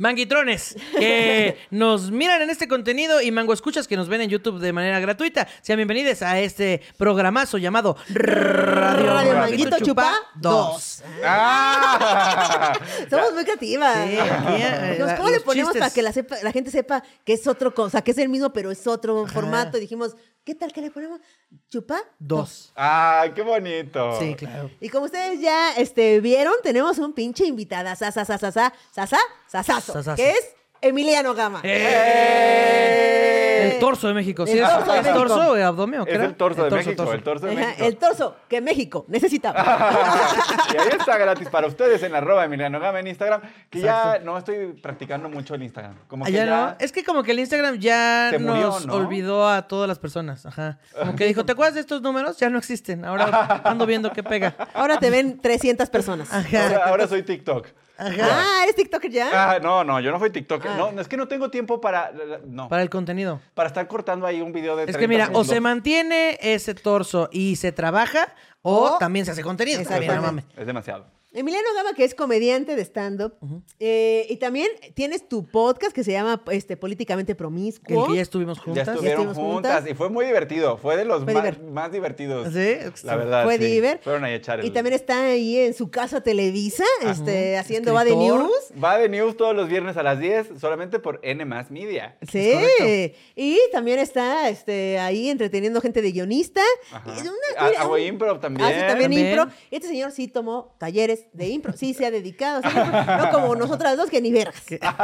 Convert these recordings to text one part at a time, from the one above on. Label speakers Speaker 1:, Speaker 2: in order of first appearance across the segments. Speaker 1: Manguitrones, que nos miran en este contenido y mango escuchas que nos ven en YouTube de manera gratuita. Sean bienvenidos a este programazo llamado Radio,
Speaker 2: Radio
Speaker 1: Manguito
Speaker 2: Manguito Chupá
Speaker 1: dos.
Speaker 3: ¡Ah!
Speaker 2: Somos muy creativas.
Speaker 1: Sí, aquí, eh,
Speaker 2: Nos-
Speaker 1: la-
Speaker 2: ¿Cómo le
Speaker 1: los
Speaker 2: ponemos
Speaker 1: chistes.
Speaker 2: para que la, sepa- la gente sepa que es otro, co- o sea, que es el mismo, pero es otro formato? Y dijimos, ¿qué tal que le ponemos? Chupa
Speaker 1: Dos.
Speaker 3: ¡Ay, qué bonito!
Speaker 1: Sí, claro.
Speaker 2: Y como ustedes ya este, vieron, tenemos un pinche invitada, sa, sa, sa, sa, sa, sa, sa, sasazo,
Speaker 1: Sasazo.
Speaker 2: que es Emiliano Gama.
Speaker 1: ¡Eh! El torso de México, ¿sí?
Speaker 2: Eh. El
Speaker 1: ¿Es
Speaker 2: torso de
Speaker 1: el
Speaker 2: México.
Speaker 1: torso o el abdomen? o qué
Speaker 3: Es
Speaker 1: era?
Speaker 3: el torso de México, el torso de
Speaker 2: Ajá,
Speaker 3: México.
Speaker 2: el torso que México necesitaba.
Speaker 3: y ahí está gratis para ustedes en arroba Emiliano Gama en Instagram, que ya no estoy practicando mucho el Instagram. Como que
Speaker 1: Ah, ya no.
Speaker 3: ya,
Speaker 1: Es que como que el Instagram ya
Speaker 3: Se murió,
Speaker 1: nos
Speaker 3: ¿no?
Speaker 1: olvidó a todas las personas. Ajá. Como que dijo, ¿te acuerdas de estos números? Ya no existen. Ahora ando viendo qué pega.
Speaker 2: Ahora te ven 300 personas.
Speaker 1: Ajá.
Speaker 3: ahora, ahora soy TikTok.
Speaker 2: Ah, ¿eres TikToker ya?
Speaker 3: Ah, no, no, yo no soy TikTok. No, es que no tengo tiempo para... No, para,
Speaker 1: Para el contenido.
Speaker 3: estar cortando ahí un video de
Speaker 1: Es
Speaker 3: 30
Speaker 1: que mira, o
Speaker 3: segundos.
Speaker 1: se mantiene ese torso y se trabaja, o,
Speaker 2: O-
Speaker 1: también se hace contenido. Está bien, no mames.
Speaker 2: Exactamente.
Speaker 3: Es demasiado.
Speaker 2: Emiliano Gama, que es comediante de stand-up. eh, y también tienes tu podcast que se llama este, Políticamente Promiscuo.
Speaker 1: El día estuvimos juntas.
Speaker 3: Ya estuvieron
Speaker 2: estuvimos
Speaker 3: juntas.
Speaker 2: juntas.
Speaker 3: y fue muy divertido. Fue de los
Speaker 2: Fue
Speaker 3: más,
Speaker 2: divert-
Speaker 3: más divertidos.
Speaker 1: Sí,
Speaker 3: la verdad.
Speaker 2: Fue
Speaker 3: sí.
Speaker 2: Diver.
Speaker 3: Fueron ahí a echar el-
Speaker 2: Y también está ahí en su casa Televisa, este, haciendo va de
Speaker 1: Escritor.
Speaker 2: news.
Speaker 3: Va de news todos los viernes a las 10, solamente por N más Media.
Speaker 2: Sí,
Speaker 1: Es correcto.
Speaker 2: y también está este, ahí entreteniendo gente de guionista.
Speaker 3: Ajá.
Speaker 2: Y de
Speaker 3: Ah,
Speaker 2: mira,
Speaker 3: hago
Speaker 2: un-
Speaker 3: improv también.
Speaker 2: Ah, sí, también,
Speaker 1: También.
Speaker 2: impro. Y este señor sí tomó talleres de impro. Sí, se ha dedicado. a hacer impro. no como nosotras dos, que ni vergas.
Speaker 1: ¿Qué
Speaker 2: Este
Speaker 1: no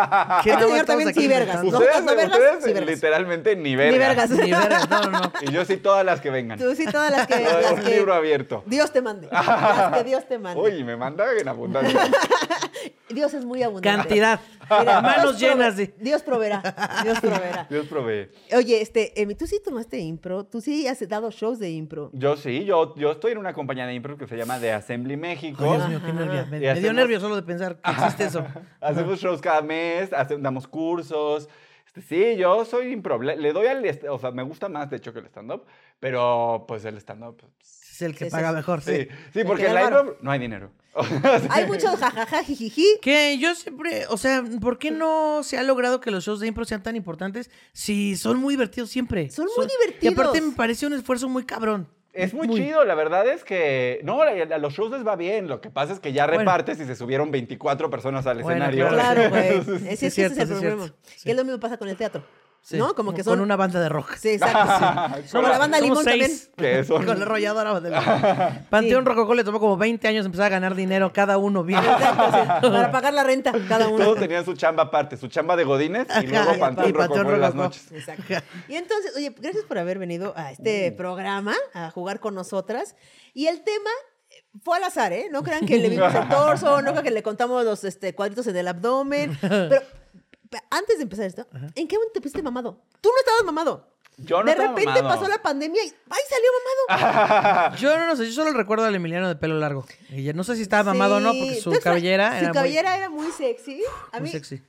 Speaker 2: señor
Speaker 1: estamos
Speaker 2: también
Speaker 1: aquí
Speaker 2: sí, vergas.
Speaker 1: inventando?
Speaker 3: Ustedes,
Speaker 2: no vergas,
Speaker 3: ustedes
Speaker 2: sí vergas.
Speaker 3: literalmente ni vergas.
Speaker 2: Ni vergas.
Speaker 1: Ni vergas, no, no, no.
Speaker 3: Y yo sí todas las que vengan.
Speaker 2: Tú sí, todas las que, las
Speaker 3: un
Speaker 2: que
Speaker 3: libro abierto.
Speaker 2: Dios te mande. Las que Dios te mande.
Speaker 3: Uy, me manda en abundancia.
Speaker 2: Dios es muy abundante.
Speaker 1: Cantidad. Manos
Speaker 2: Dios
Speaker 1: llenas
Speaker 2: prove-
Speaker 1: de.
Speaker 2: Dios proveerá. Dios proveerá.
Speaker 3: Dios provee.
Speaker 2: Oye, este, Emi, tú sí tomaste impro, tú sí has dado shows de impro.
Speaker 3: Yo sí, yo, yo estoy en una compañía de improv que se llama The Assembly México.
Speaker 1: Ay, Dios mío, qué nervio. Me, me
Speaker 3: Y
Speaker 1: dio
Speaker 3: hacemos-
Speaker 1: nervios solo de pensar que existe eso.
Speaker 3: Hacemos shows cada mes, hace- damos cursos. Este, Sí, yo soy improv. Le, le doy al... est- O sea, me gusta más, de hecho, que el stand-up. Pero, pues, el stand-up... pues,
Speaker 1: Es el que
Speaker 2: Sí, sí,
Speaker 1: paga
Speaker 2: sí.
Speaker 1: mejor. Sí.
Speaker 3: Sí, sí, porque
Speaker 2: que
Speaker 3: en
Speaker 2: da
Speaker 3: la
Speaker 2: varo.
Speaker 3: improv no hay dinero.
Speaker 2: Hay muchos jajaja, jijiji.
Speaker 1: Que yo siempre, o sea, ¿por qué no se ha logrado que los shows de impro sean tan importantes si son muy divertidos siempre?
Speaker 2: Son muy
Speaker 1: Y aparte
Speaker 2: divertidos.
Speaker 1: me parece un esfuerzo muy cabrón.
Speaker 3: Es muy, chido, la verdad es que... No, a a los shows les va bien. Lo que pasa es que ya
Speaker 1: Bueno.
Speaker 3: repartes y se subieron 24 personas al
Speaker 1: Bueno,
Speaker 3: escenario.
Speaker 2: Claro, güey.
Speaker 3: Entonces,
Speaker 2: Sí,
Speaker 1: Sí, es
Speaker 2: sí, ese es
Speaker 1: cierto,
Speaker 2: el
Speaker 1: sí, es
Speaker 2: problema.
Speaker 1: cierto. Sí.
Speaker 2: Que es lo mismo pasa con el teatro.
Speaker 1: Sí.
Speaker 2: ¿No? Como que son.
Speaker 1: Con una banda de rock.
Speaker 2: Sí, exacto. sí. Como la banda
Speaker 1: Somos
Speaker 2: Limón también.
Speaker 1: seis.
Speaker 3: Que son-
Speaker 1: Con la arrolladora. de- Panteón Rococó le tomó como 20 años empezar a ganar dinero cada uno bien.
Speaker 2: Exacto, sí. Para pagar la renta cada uno.
Speaker 3: Todos tenían su chamba aparte, su chamba de godines y luego
Speaker 1: y
Speaker 3: Panteón
Speaker 1: Panteón
Speaker 3: Rococó en las
Speaker 1: Rococó.
Speaker 3: noches.
Speaker 2: Exacto. Y entonces, oye, gracias por haber venido a este
Speaker 1: Mm.
Speaker 2: programa a jugar con nosotras. Y el tema eh, fue al azar, ¿eh? No crean que le vimos el torso, no crean que le contamos los este, cuadritos en el abdomen. Pero pe- antes de empezar esto, ¿en qué momento te pusiste mamado? Tú no estabas mamado.
Speaker 3: Yo no
Speaker 2: De
Speaker 3: estaba
Speaker 2: repente
Speaker 3: mamado.
Speaker 2: pasó la pandemia y ¡ay, salió mamado!
Speaker 1: Yo no, no sé, yo solo recuerdo al Emiliano de pelo largo. Y ya no sé si estaba mamado o no, porque
Speaker 2: Sí.
Speaker 1: su
Speaker 2: Tú extra-
Speaker 1: cabellera
Speaker 2: Su
Speaker 1: era
Speaker 2: cabellera era muy sexy.
Speaker 1: muy,
Speaker 2: A mí,
Speaker 1: muy sexy.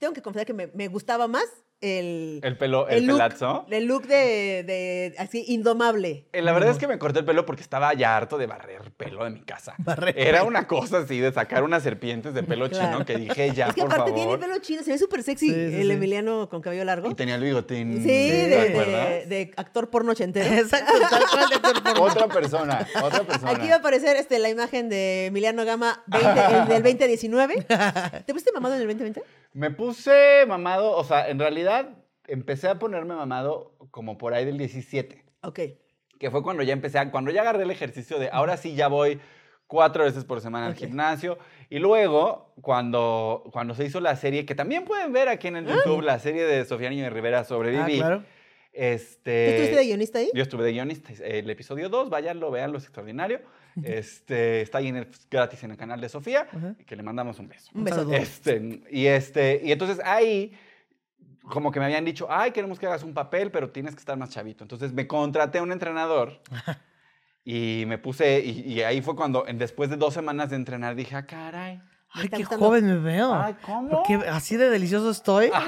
Speaker 2: tengo que confesar que me, me gustaba más el...
Speaker 3: El pelo- el
Speaker 2: look,
Speaker 3: pelazo.
Speaker 2: El look de, de así, indomable.
Speaker 3: Eh, La verdad es que me corté el pelo porque estaba ya harto de barrer pelo de mi casa.
Speaker 1: Barrer
Speaker 3: Era una cosa así de sacar unas serpientes de pelo
Speaker 2: Claro.
Speaker 3: chino que dije ya,
Speaker 2: es que
Speaker 3: por
Speaker 2: aparte
Speaker 3: favor.
Speaker 2: tiene pelo chino, se ve súper sexy
Speaker 1: Sí, sí,
Speaker 2: el
Speaker 1: sí.
Speaker 2: Emiliano con cabello largo.
Speaker 3: Y tenía el bigotín.
Speaker 2: Sí,
Speaker 3: ¿te
Speaker 2: de, de-
Speaker 3: acuerdas?
Speaker 2: de actor porno ochentero.
Speaker 1: Exacto, tal cual de actor porno.
Speaker 3: Otra persona, otra persona.
Speaker 2: Aquí va a aparecer este, la imagen de Emiliano Gama 20, el del 2019. ¿Te pusiste mamado en el 2020?
Speaker 3: Me puse mamado, o sea, en realidad empecé a ponerme mamado como por ahí del 17,
Speaker 2: Ok.
Speaker 3: que fue cuando ya empecé, a- cuando ya agarré el ejercicio de ahora sí ya voy cuatro veces por semana al
Speaker 2: Ok.
Speaker 3: gimnasio. Y luego, cuando, cuando se hizo la serie, que también pueden ver aquí en
Speaker 2: Ah.
Speaker 3: el YouTube, la serie de Sofía Niño de Rivera,
Speaker 1: Ah,
Speaker 3: Sobreviví.
Speaker 1: claro.
Speaker 2: ¿Tú
Speaker 3: Este,
Speaker 2: estuviste de guionista ahí?
Speaker 3: Yo estuve de guionista. El episodio 2, váyanlo, veanlo, es extraordinario. Este, está ahí en el- gratis en el canal de Sofía,
Speaker 1: Ajá.
Speaker 3: que le mandamos un beso.
Speaker 2: Un beso.
Speaker 1: saludo.
Speaker 3: Este, y, este, y entonces ahí, como que me habían dicho, ay, queremos que hagas un papel, pero tienes que estar más chavito. Entonces me contraté a un entrenador y me puse, y, y ahí fue cuando, en- después de dos semanas de entrenar, dije, ah, caray.
Speaker 2: Me
Speaker 1: Ay,
Speaker 2: está
Speaker 1: qué
Speaker 2: gustando.
Speaker 1: joven me veo.
Speaker 3: Ay, ¿cómo?
Speaker 1: Porque así de delicioso estoy.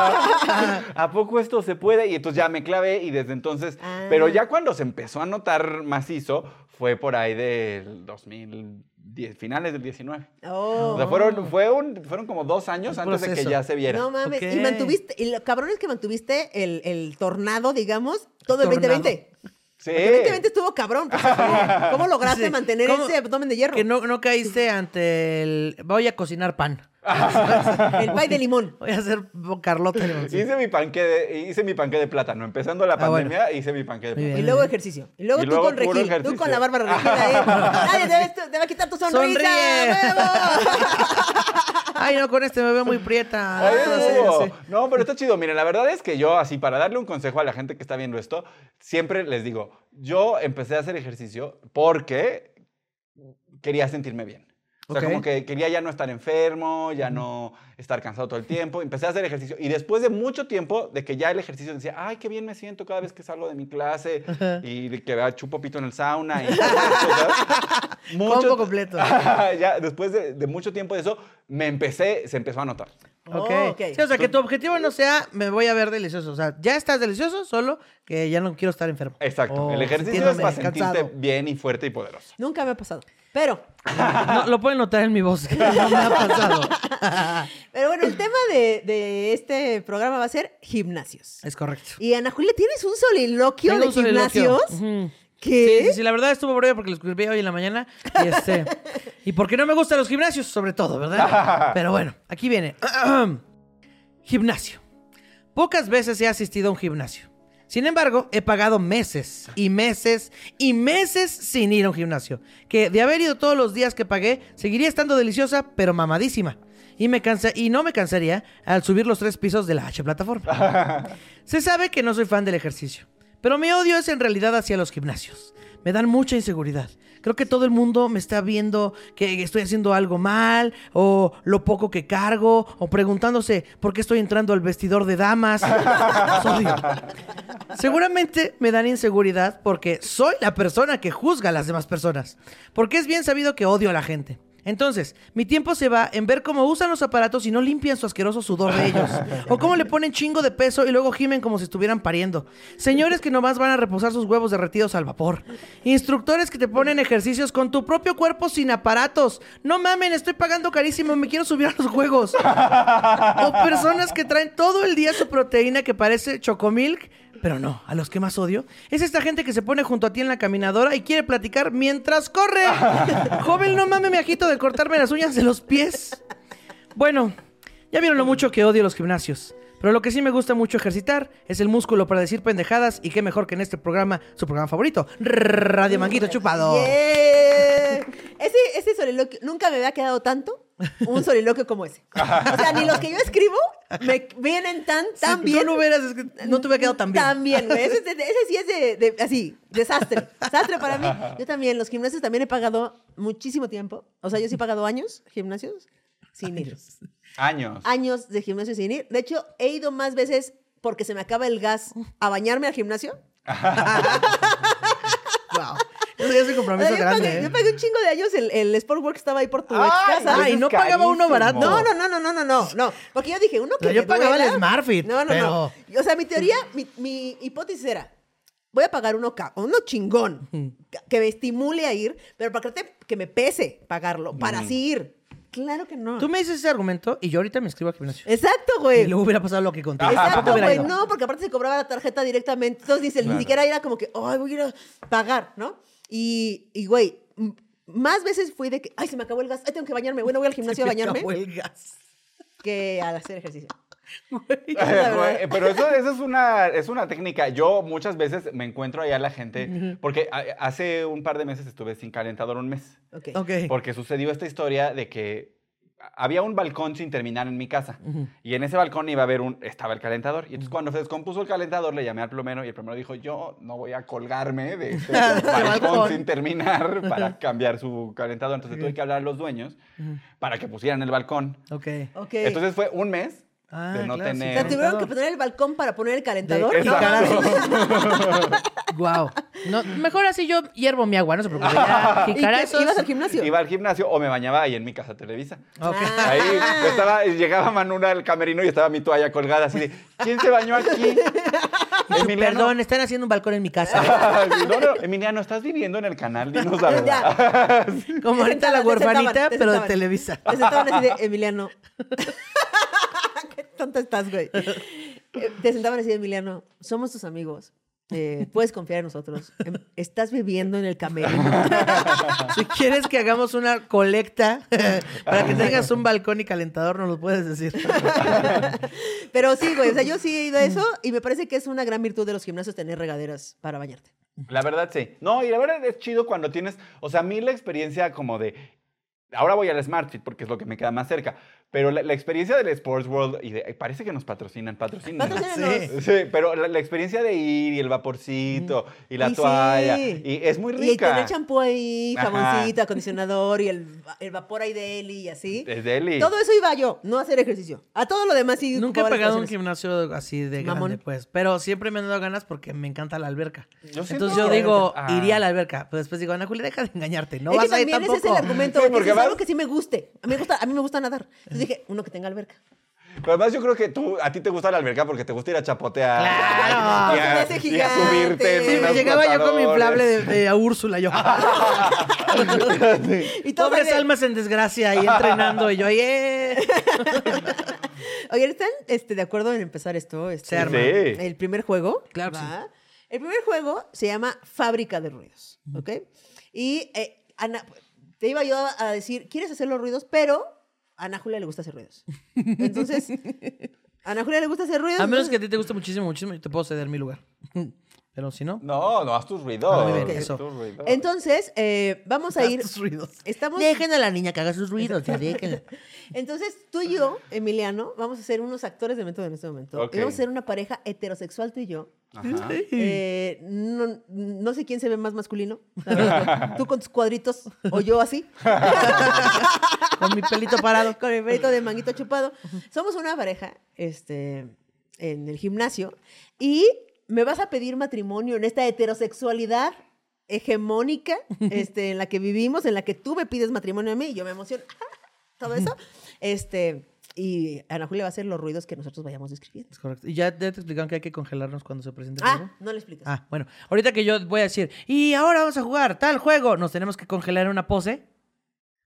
Speaker 3: ¿A poco esto se puede? Y entonces ya me clavé y desde entonces,
Speaker 2: Ah.
Speaker 3: pero ya cuando se empezó a notar macizo, fue por ahí del 2010, finales del 19.
Speaker 2: Oh.
Speaker 3: O sea, fueron, fue un- fueron como dos años
Speaker 1: Un
Speaker 3: antes de que
Speaker 1: proceso.
Speaker 3: ya se viera.
Speaker 2: No mames.
Speaker 1: Ok.
Speaker 2: Y mantuviste, y lo cabrón es que mantuviste el, el tornado, digamos, todo el
Speaker 1: Tornado.
Speaker 2: 2020.
Speaker 3: sí.
Speaker 2: El 2020 estuvo cabrón. pues, ¿cómo, cómo lograste
Speaker 1: Sí.
Speaker 2: mantener
Speaker 1: ¿Cómo?
Speaker 2: ese abdomen de hierro?
Speaker 1: que no, no caíste ante el. Voy a cocinar pan.
Speaker 2: El pay de limón.
Speaker 1: Voy a hacer carlota. de limoncillo.
Speaker 3: Hice mi panque de, hice mi panque de plátano. Empezando la
Speaker 1: Ah, bueno.
Speaker 3: pandemia, hice mi panque de
Speaker 1: Muy
Speaker 3: plátano.
Speaker 2: Y luego ejercicio. Y luego
Speaker 3: Y
Speaker 2: tú
Speaker 3: luego
Speaker 2: con
Speaker 3: puro
Speaker 2: Regil. Tú
Speaker 3: ejercicio.
Speaker 2: con la bárbara Regina. ¿eh? Nadie te, ve- te va a quitar tu sonrisa.
Speaker 1: Sonríe.
Speaker 2: ¡Huevo!
Speaker 1: Ay, no, con este me veo muy prieta.
Speaker 3: Ay,
Speaker 1: Todas ellas,
Speaker 3: no.
Speaker 1: sí.
Speaker 3: No, pero está chido. Miren, la verdad es que yo, así, para darle un consejo a la gente que está viendo esto, siempre les digo, yo empecé a hacer ejercicio porque quería sentirme bien. O sea,
Speaker 1: Ok.
Speaker 3: como que quería ya no estar enfermo, ya no estar cansado todo el tiempo. Empecé a hacer ejercicio. Y después de mucho tiempo, de que ya el ejercicio decía, ay, qué bien me siento cada vez que salgo de mi clase
Speaker 1: Ajá.
Speaker 3: y de que ah, chupo pito en el sauna y todas esas cosas.
Speaker 1: Combo completo.
Speaker 3: ya, después de, de mucho tiempo de eso, me empecé, se empezó a notar.
Speaker 1: Ok.
Speaker 2: Oh, ok.
Speaker 1: Sí, o sea, que tu objetivo no sea me voy a ver delicioso. O sea, ya estás delicioso, solo que ya no quiero estar enfermo.
Speaker 3: Exacto.
Speaker 1: O
Speaker 2: Oh,
Speaker 3: el ejercicio es
Speaker 1: sintiéndome
Speaker 3: para sentirte
Speaker 1: cansado.
Speaker 3: bien y fuerte y poderoso.
Speaker 2: Nunca me ha pasado. Pero,
Speaker 1: No, lo pueden notar en mi voz. que No me ha pasado.
Speaker 2: pero bueno, el tema de, de este programa va a ser gimnasios.
Speaker 1: Es correcto.
Speaker 2: Y Ana Julia, ¿tienes un soliloquio
Speaker 1: Tengo
Speaker 2: de
Speaker 1: un soliloquio.
Speaker 2: gimnasios?
Speaker 1: Ujú. Sí,
Speaker 2: ¿Qué?
Speaker 1: sí, sí, la verdad estuvo breve porque lo escribí hoy en la mañana. Y, este, y porque no me gustan los gimnasios, sobre todo, ¿verdad? Pero bueno, aquí viene. gimnasio. Pocas veces he asistido a un gimnasio. Sin embargo, he pagado meses y meses y meses sin ir a un gimnasio. Que de haber ido todos los días que pagué, seguiría estando deliciosa, pero mamadísima. Y, me cansa y no me cansaría al subir los tres pisos de la H plataforma. Se sabe que no soy fan del ejercicio, pero mi odio es en realidad hacia los gimnasios. Me dan mucha inseguridad. Creo que todo el mundo me está viendo que estoy haciendo algo mal, o lo poco que cargo, o preguntándose por qué estoy entrando al vestidor de damas. Los odio. Seguramente me dan inseguridad porque soy la persona que juzga a las demás personas. Porque es bien sabido que odio a la gente. Entonces, mi tiempo se va en ver cómo usan los aparatos y no limpian su asqueroso sudor de ellos. O cómo le ponen chingo de peso y luego gimen como si estuvieran pariendo. Señores que nomás van a reposar sus huevos derretidos al vapor. Instructores que te ponen ejercicios con tu propio cuerpo sin aparatos. No mamen, estoy pagando carísimo, me quiero subir a los juegos. O personas que traen todo el día su proteína que parece chocomilk, pero no, a los que más odio es esta gente que se pone junto a ti en la caminadora y quiere platicar mientras corre. Joven, no mames, me agito de cortarme las uñas de los pies. Bueno, ya vieron lo mucho que odio los gimnasios. Pero lo que sí me gusta mucho ejercitar es el músculo para decir pendejadas y qué mejor que en este programa, su programa favorito, Radio Manguito Chupado.
Speaker 2: Yeah. Ese, ese soliloquio, nunca me había quedado tanto un soliloquio como ese. O sea, ni los que yo escribo me vienen tan, tan
Speaker 1: Si tú
Speaker 2: bien.
Speaker 1: no hubieras escri- no te hubiera quedado tan bien.
Speaker 2: También, güey. Ese, es de- ese sí es de, de- así, desastre. Desastre para mí. Yo también, los gimnasios también he pagado muchísimo tiempo. O sea, yo sí he pagado años, gimnasios, sin ir.
Speaker 3: Años.
Speaker 2: Años de gimnasio sin ir. De hecho, he ido más veces porque se me acaba el gas a bañarme al gimnasio.
Speaker 1: Wow. Eso ya es un
Speaker 2: O
Speaker 1: compromiso
Speaker 2: sea, yo,
Speaker 1: grande.
Speaker 2: pagué,
Speaker 1: ¿eh?
Speaker 2: yo pagué un chingo de años el, el Sportwork que estaba ahí por tu ex casa.
Speaker 1: Ay, no pagaba uno barato.
Speaker 2: No, no, no, no, no, no, no, no. Porque yo dije, uno
Speaker 1: Oh.
Speaker 2: que
Speaker 1: Pero yo
Speaker 2: me
Speaker 1: pagaba
Speaker 2: duela-
Speaker 1: el Smartfit,
Speaker 2: No, no,
Speaker 1: pero-
Speaker 2: no. O sea, mi teoría, mi, mi hipótesis era, voy a pagar uno, ca- uno chingón, ca- que me estimule a ir, pero para que, te- que me pese pagarlo, para así ir. Claro que no.
Speaker 1: Mm. Tú me dices ese argumento y yo ahorita me Ah, inscribo al gimnasio.
Speaker 2: Exacto, güey.
Speaker 1: Y luego hubiera pasado Eh, lo que conté.
Speaker 2: Exacto,
Speaker 1: Tampoco hubiera
Speaker 2: güey.
Speaker 1: ido.
Speaker 2: No, porque aparte se cobraba la tarjeta directamente. Entonces, dice, ni siquiera era como que, ay, voy a ir a pagar, ¿no? Y, y, güey, m- más veces fui de que, ay, se me acabó el gas, ay, tengo que bañarme. Bueno, voy al gimnasio a ¿eh?
Speaker 1: Se me
Speaker 2: bañarme
Speaker 1: acabó el gas.
Speaker 2: que al hacer ejercicio.
Speaker 1: Güey.
Speaker 2: la verdad.
Speaker 3: Eh, Pero eso, eso es, una, es una técnica. Yo muchas veces me encuentro ahí a la gente, porque a- hace un par de meses estuve sin calentador un mes.
Speaker 2: Ok.
Speaker 1: Ok.
Speaker 3: Porque sucedió esta historia de que había un balcón sin terminar en mi casa. Y en ese balcón iba a haber un. Estaba el calentador. Y entonces, cuando se descompuso el calentador, le llamé al plomero y el plomero dijo: Yo no voy a colgarme de este balcón sin terminar para cambiar su calentador. Entonces, tuve que hablar a los dueños para que pusieran el balcón.
Speaker 1: Ok.
Speaker 2: Ok.
Speaker 3: Entonces, fue un mes
Speaker 1: Ah,
Speaker 3: De no
Speaker 2: O
Speaker 3: tener-
Speaker 2: sea, tuvieron que poner el balcón para poner el calentador.
Speaker 1: De-
Speaker 2: ¿no?
Speaker 1: Exacto. Wow. No, mejor así yo hiervo mi agua, no se preocupe. Ya,
Speaker 2: ¿Y qué?
Speaker 1: jicarazos.
Speaker 2: ibas al gimnasio?
Speaker 3: Iba al gimnasio o me bañaba ahí en mi casa Televisa.
Speaker 1: Ok.
Speaker 2: Ah.
Speaker 3: Ahí estaba, llegaba Manuna al camerino y estaba mi toalla colgada así de, ¿quién se bañó aquí? Emiliano.
Speaker 1: Perdón, están haciendo un balcón en mi casa.
Speaker 3: Sí, no, no, Emiliano, estás viviendo en el canal, dinos la verdad.
Speaker 2: Ya.
Speaker 1: Como ahorita la
Speaker 2: Te sentaban, te
Speaker 1: huerfanita,
Speaker 2: sentaban, te
Speaker 1: pero de
Speaker 2: sentaban.
Speaker 1: Televisa.
Speaker 2: Te sentaban así de, Emiliano. Qué tonta estás, güey. Eh, Te sentaban así de, Emiliano, somos tus amigos. Eh, puedes confiar en nosotros. Em, Estás viviendo en el camerino.
Speaker 1: Si quieres que hagamos una colecta para que tengas un balcón y calentador, nos lo puedes decir.
Speaker 2: Pero sí, güey. O sea, yo sí he ido a eso y me parece que es una gran virtud de los gimnasios tener regaderas para bañarte.
Speaker 3: La verdad, sí. No, y la verdad es chido cuando tienes, o sea, a mí la experiencia como de, ahora voy al SmartFit porque es lo que me queda más cerca, pero la, la experiencia del Sports World y de, eh, parece que nos patrocinan, patrocinan.
Speaker 2: Patrocínanos.
Speaker 3: Sí, pero la, la experiencia de ir y el vaporcito y la
Speaker 2: Y sí.
Speaker 3: toalla y es muy
Speaker 2: Y
Speaker 3: rica.
Speaker 2: tener champú ahí,
Speaker 3: Ajá.
Speaker 2: jaboncito, acondicionador y el, va- el vapor ahí de Eli y así.
Speaker 3: Es deli.
Speaker 2: Todo eso iba yo, no a hacer ejercicio. A todo lo demás sí.
Speaker 1: Nunca he
Speaker 2: ocupaba las
Speaker 1: pagado un
Speaker 2: vacaciones.
Speaker 1: gimnasio así de grande,
Speaker 2: Mamón.
Speaker 1: pues. Pero siempre me han dado ganas porque me encanta la alberca.
Speaker 3: Yo siento
Speaker 1: Entonces yo
Speaker 3: que-
Speaker 1: digo,
Speaker 3: Ah.
Speaker 1: iría a la alberca. Pero después digo, Ana Julia, deja de engañarte. No
Speaker 2: es que
Speaker 1: vas a ir
Speaker 2: también
Speaker 1: tampoco.
Speaker 2: ese es el argumento.
Speaker 3: Sí,
Speaker 2: porque
Speaker 3: porque
Speaker 2: es
Speaker 3: vas-
Speaker 2: algo que sí me guste. A mí me gusta, a mí me gusta nadar. Entonces dije, uno que tenga alberca.
Speaker 3: Pero además yo creo que tú, a ti te gusta la alberca porque te gusta ir a chapotear.
Speaker 1: Claro.
Speaker 3: Y
Speaker 2: Se me
Speaker 3: a,
Speaker 2: hace
Speaker 3: y a
Speaker 2: gigante.
Speaker 3: subirte. en
Speaker 1: Sí, me
Speaker 3: unos
Speaker 1: llegaba yo con mi inflable
Speaker 3: flotadores.
Speaker 1: de, de a Úrsula. Yo.
Speaker 2: Y todos
Speaker 1: Pobres
Speaker 2: así de-
Speaker 1: almas en desgracia ahí entrenando. Y yo, eh". "Oye".
Speaker 2: Oye, ¿están este, de acuerdo en empezar esto? Este,
Speaker 1: Se arma.
Speaker 3: Sí.
Speaker 2: El primer juego.
Speaker 1: Claro que
Speaker 2: va. El primer juego se llama Fábrica de Ruidos. ¿Ok? Y eh, Ana, te iba yo a- a decir, ¿quieres hacer los ruidos? Pero a Ana Julia le gusta hacer ruidos. Entonces, a Ana Julia le gusta hacer ruidos.
Speaker 1: A menos que a
Speaker 2: entonces-
Speaker 1: ti te guste muchísimo, muchísimo, yo te puedo ceder mi lugar. Pero si no,
Speaker 3: No, no, haz tus ruidos.
Speaker 1: Ah, muy bien,
Speaker 3: haz
Speaker 1: eso.
Speaker 3: tus ruidos.
Speaker 2: Entonces, eh, vamos a
Speaker 1: haz
Speaker 2: ir.
Speaker 1: tus ruidos.
Speaker 2: Estamos.
Speaker 1: Dejen a la niña que haga sus ruidos, ya déjenla.
Speaker 2: Entonces, tú y yo, Emiliano, vamos a ser unos actores de método en este momento.
Speaker 3: Ok.
Speaker 2: Y vamos a ser una pareja heterosexual tú y yo.
Speaker 1: Ah.
Speaker 3: Ajá.
Speaker 2: Eh, no, no sé quién se ve más masculino. la verdad. Tú con tus cuadritos o yo así,
Speaker 1: Con mi pelito parado.
Speaker 2: con el pelito de manguito chupado. Somos una pareja este, en el gimnasio y me vas a pedir matrimonio en esta heterosexualidad hegemónica este, en la que vivimos, en la que tú me pides matrimonio a mí y yo me emociono. Todo eso. Este, y Ana Julia va a hacer los ruidos que nosotros vayamos describiendo.
Speaker 1: Es correcto. Y ya, ya te explicaron que hay que congelarnos cuando se presente el
Speaker 2: Ah,
Speaker 1: juego.
Speaker 2: no le explicas.
Speaker 1: Ah, bueno. Ahorita que yo voy a decir, y ahora vamos a jugar tal juego, nos tenemos que congelar en una pose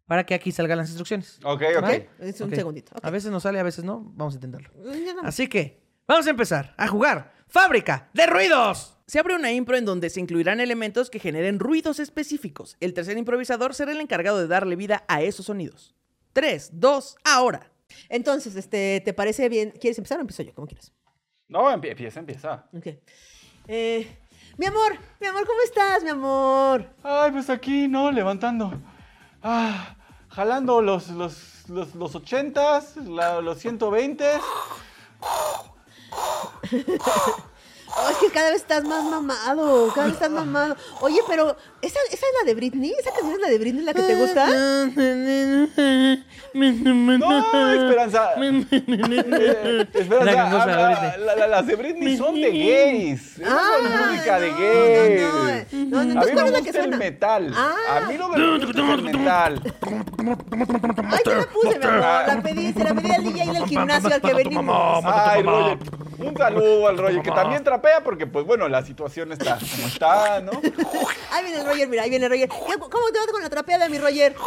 Speaker 1: para que aquí salgan las instrucciones.
Speaker 3: Ok, ok.
Speaker 1: ¿Vale?
Speaker 2: Es un
Speaker 1: Ok.
Speaker 2: segundito. Ok.
Speaker 1: A veces nos sale, a veces no. Vamos a intentarlo.
Speaker 2: Mm, Ya no.
Speaker 1: Así que vamos a empezar a jugar Fábrica de Ruidos.
Speaker 4: Se abre una impro en donde se incluirán elementos que generen ruidos específicos. El tercer improvisador será el encargado de darle vida a esos sonidos. 3, 2, ahora.
Speaker 2: Entonces, este, ¿te parece bien? ¿Quieres empezar o empiezo yo? Como quieras.
Speaker 3: No, empie- empieza, empieza.
Speaker 2: Ok. Eh, mi amor, mi amor, ¿cómo estás, mi amor?
Speaker 3: Ay, pues aquí, ¿no? Levantando. Ah, jalando los, los, los, los 80s, la- los 120s.
Speaker 2: Oh, es que cada vez estás más mamado, cada vez estás mamado. Oye, pero ¿esa, esa es la de Britney? ¿Esa canción es la de Britney, la que te gusta?
Speaker 3: No, Esperanza. Eh,
Speaker 1: Era que no
Speaker 3: Esperanza,
Speaker 1: se la
Speaker 3: habla-
Speaker 1: Britney.
Speaker 3: la- la- las de Britney son de gays. Esa es
Speaker 2: Ah,
Speaker 3: música de
Speaker 2: no,
Speaker 3: gays.
Speaker 2: no, no. No, no,
Speaker 3: A
Speaker 2: entonces, ¿cuál es
Speaker 3: mí me
Speaker 2: la
Speaker 3: gusta
Speaker 2: que
Speaker 3: el
Speaker 2: suena?
Speaker 3: metal.
Speaker 2: Ah.
Speaker 3: A mí lo que me gusta es el metal.
Speaker 2: Ay, yo la puse, mi amor. La pedí, se la pedí al DJ del gimnasio al que venimos.
Speaker 3: Ay, Roger. Un saludo al Roger, que también trapea porque, pues bueno, la situación está como está, ¿no?
Speaker 2: Ahí viene el Roger, mira, ahí viene el Roger. ¿Qué- ¿Cómo te vas con la trapeada, mi Roger?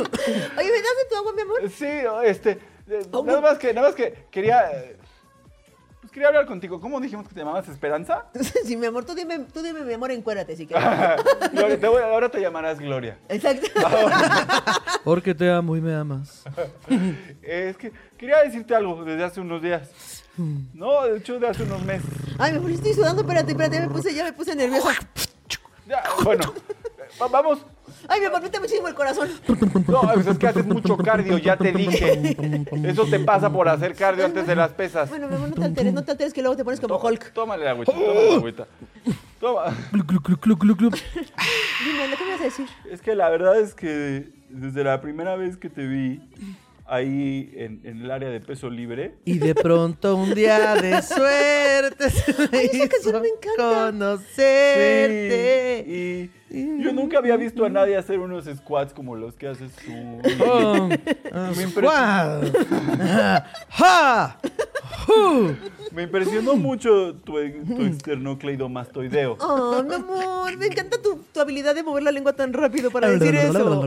Speaker 2: Oye, ¿me das de tu agua, mi amor?
Speaker 3: Sí, este. eh, Nada más que, nada más que quería. eh, Pues quería hablar contigo. ¿Cómo dijimos que te llamabas Esperanza?
Speaker 2: Sí, mi amor, tú dime, tú dime, mi amor, encuérdate si quieres.
Speaker 3: Gloria, te voy- ahora te llamarás Gloria.
Speaker 2: Exacto.
Speaker 1: Porque te amo y me amas.
Speaker 3: Eh, es que quería decirte algo desde hace unos días. No, de hecho, de hace unos meses.
Speaker 2: Ay, mi amor, estoy sudando, espérate, espérate, ya me puse, ya me puse nerviosa.
Speaker 3: Ya, bueno, eh, va- vamos.
Speaker 2: Ay, mi amor, mete muchísimo el corazón.
Speaker 3: No, pues es que haces mucho cardio, ya te dije. Eso te pasa por hacer cardio antes de las pesas.
Speaker 2: Bueno, mi amor, no te alteres, no te alteres que luego te pones como
Speaker 3: Toma-
Speaker 2: Hulk.
Speaker 3: Tómale la agüita, tómale la agüita. Toma.
Speaker 2: Dime, ¿lo que me vas a decir?
Speaker 3: Es que la verdad es que desde la primera vez que te vi ahí en, en el área de peso libre,
Speaker 1: Y de pronto un día de suerte se me
Speaker 2: Ay, esa canción
Speaker 1: hizo
Speaker 2: me encanta.
Speaker 1: Conocerte.
Speaker 3: Sí, y yo nunca había visto a nadie hacer unos squats como los que haces tú.
Speaker 1: Oh,
Speaker 3: Me
Speaker 1: squad. ¡Ja! ¡Ju!
Speaker 3: Me impresionó mucho tu, tu esternocleidomastoideo.
Speaker 2: Oh, mi amor, me encanta tu, tu habilidad de mover la lengua tan rápido para decir eso.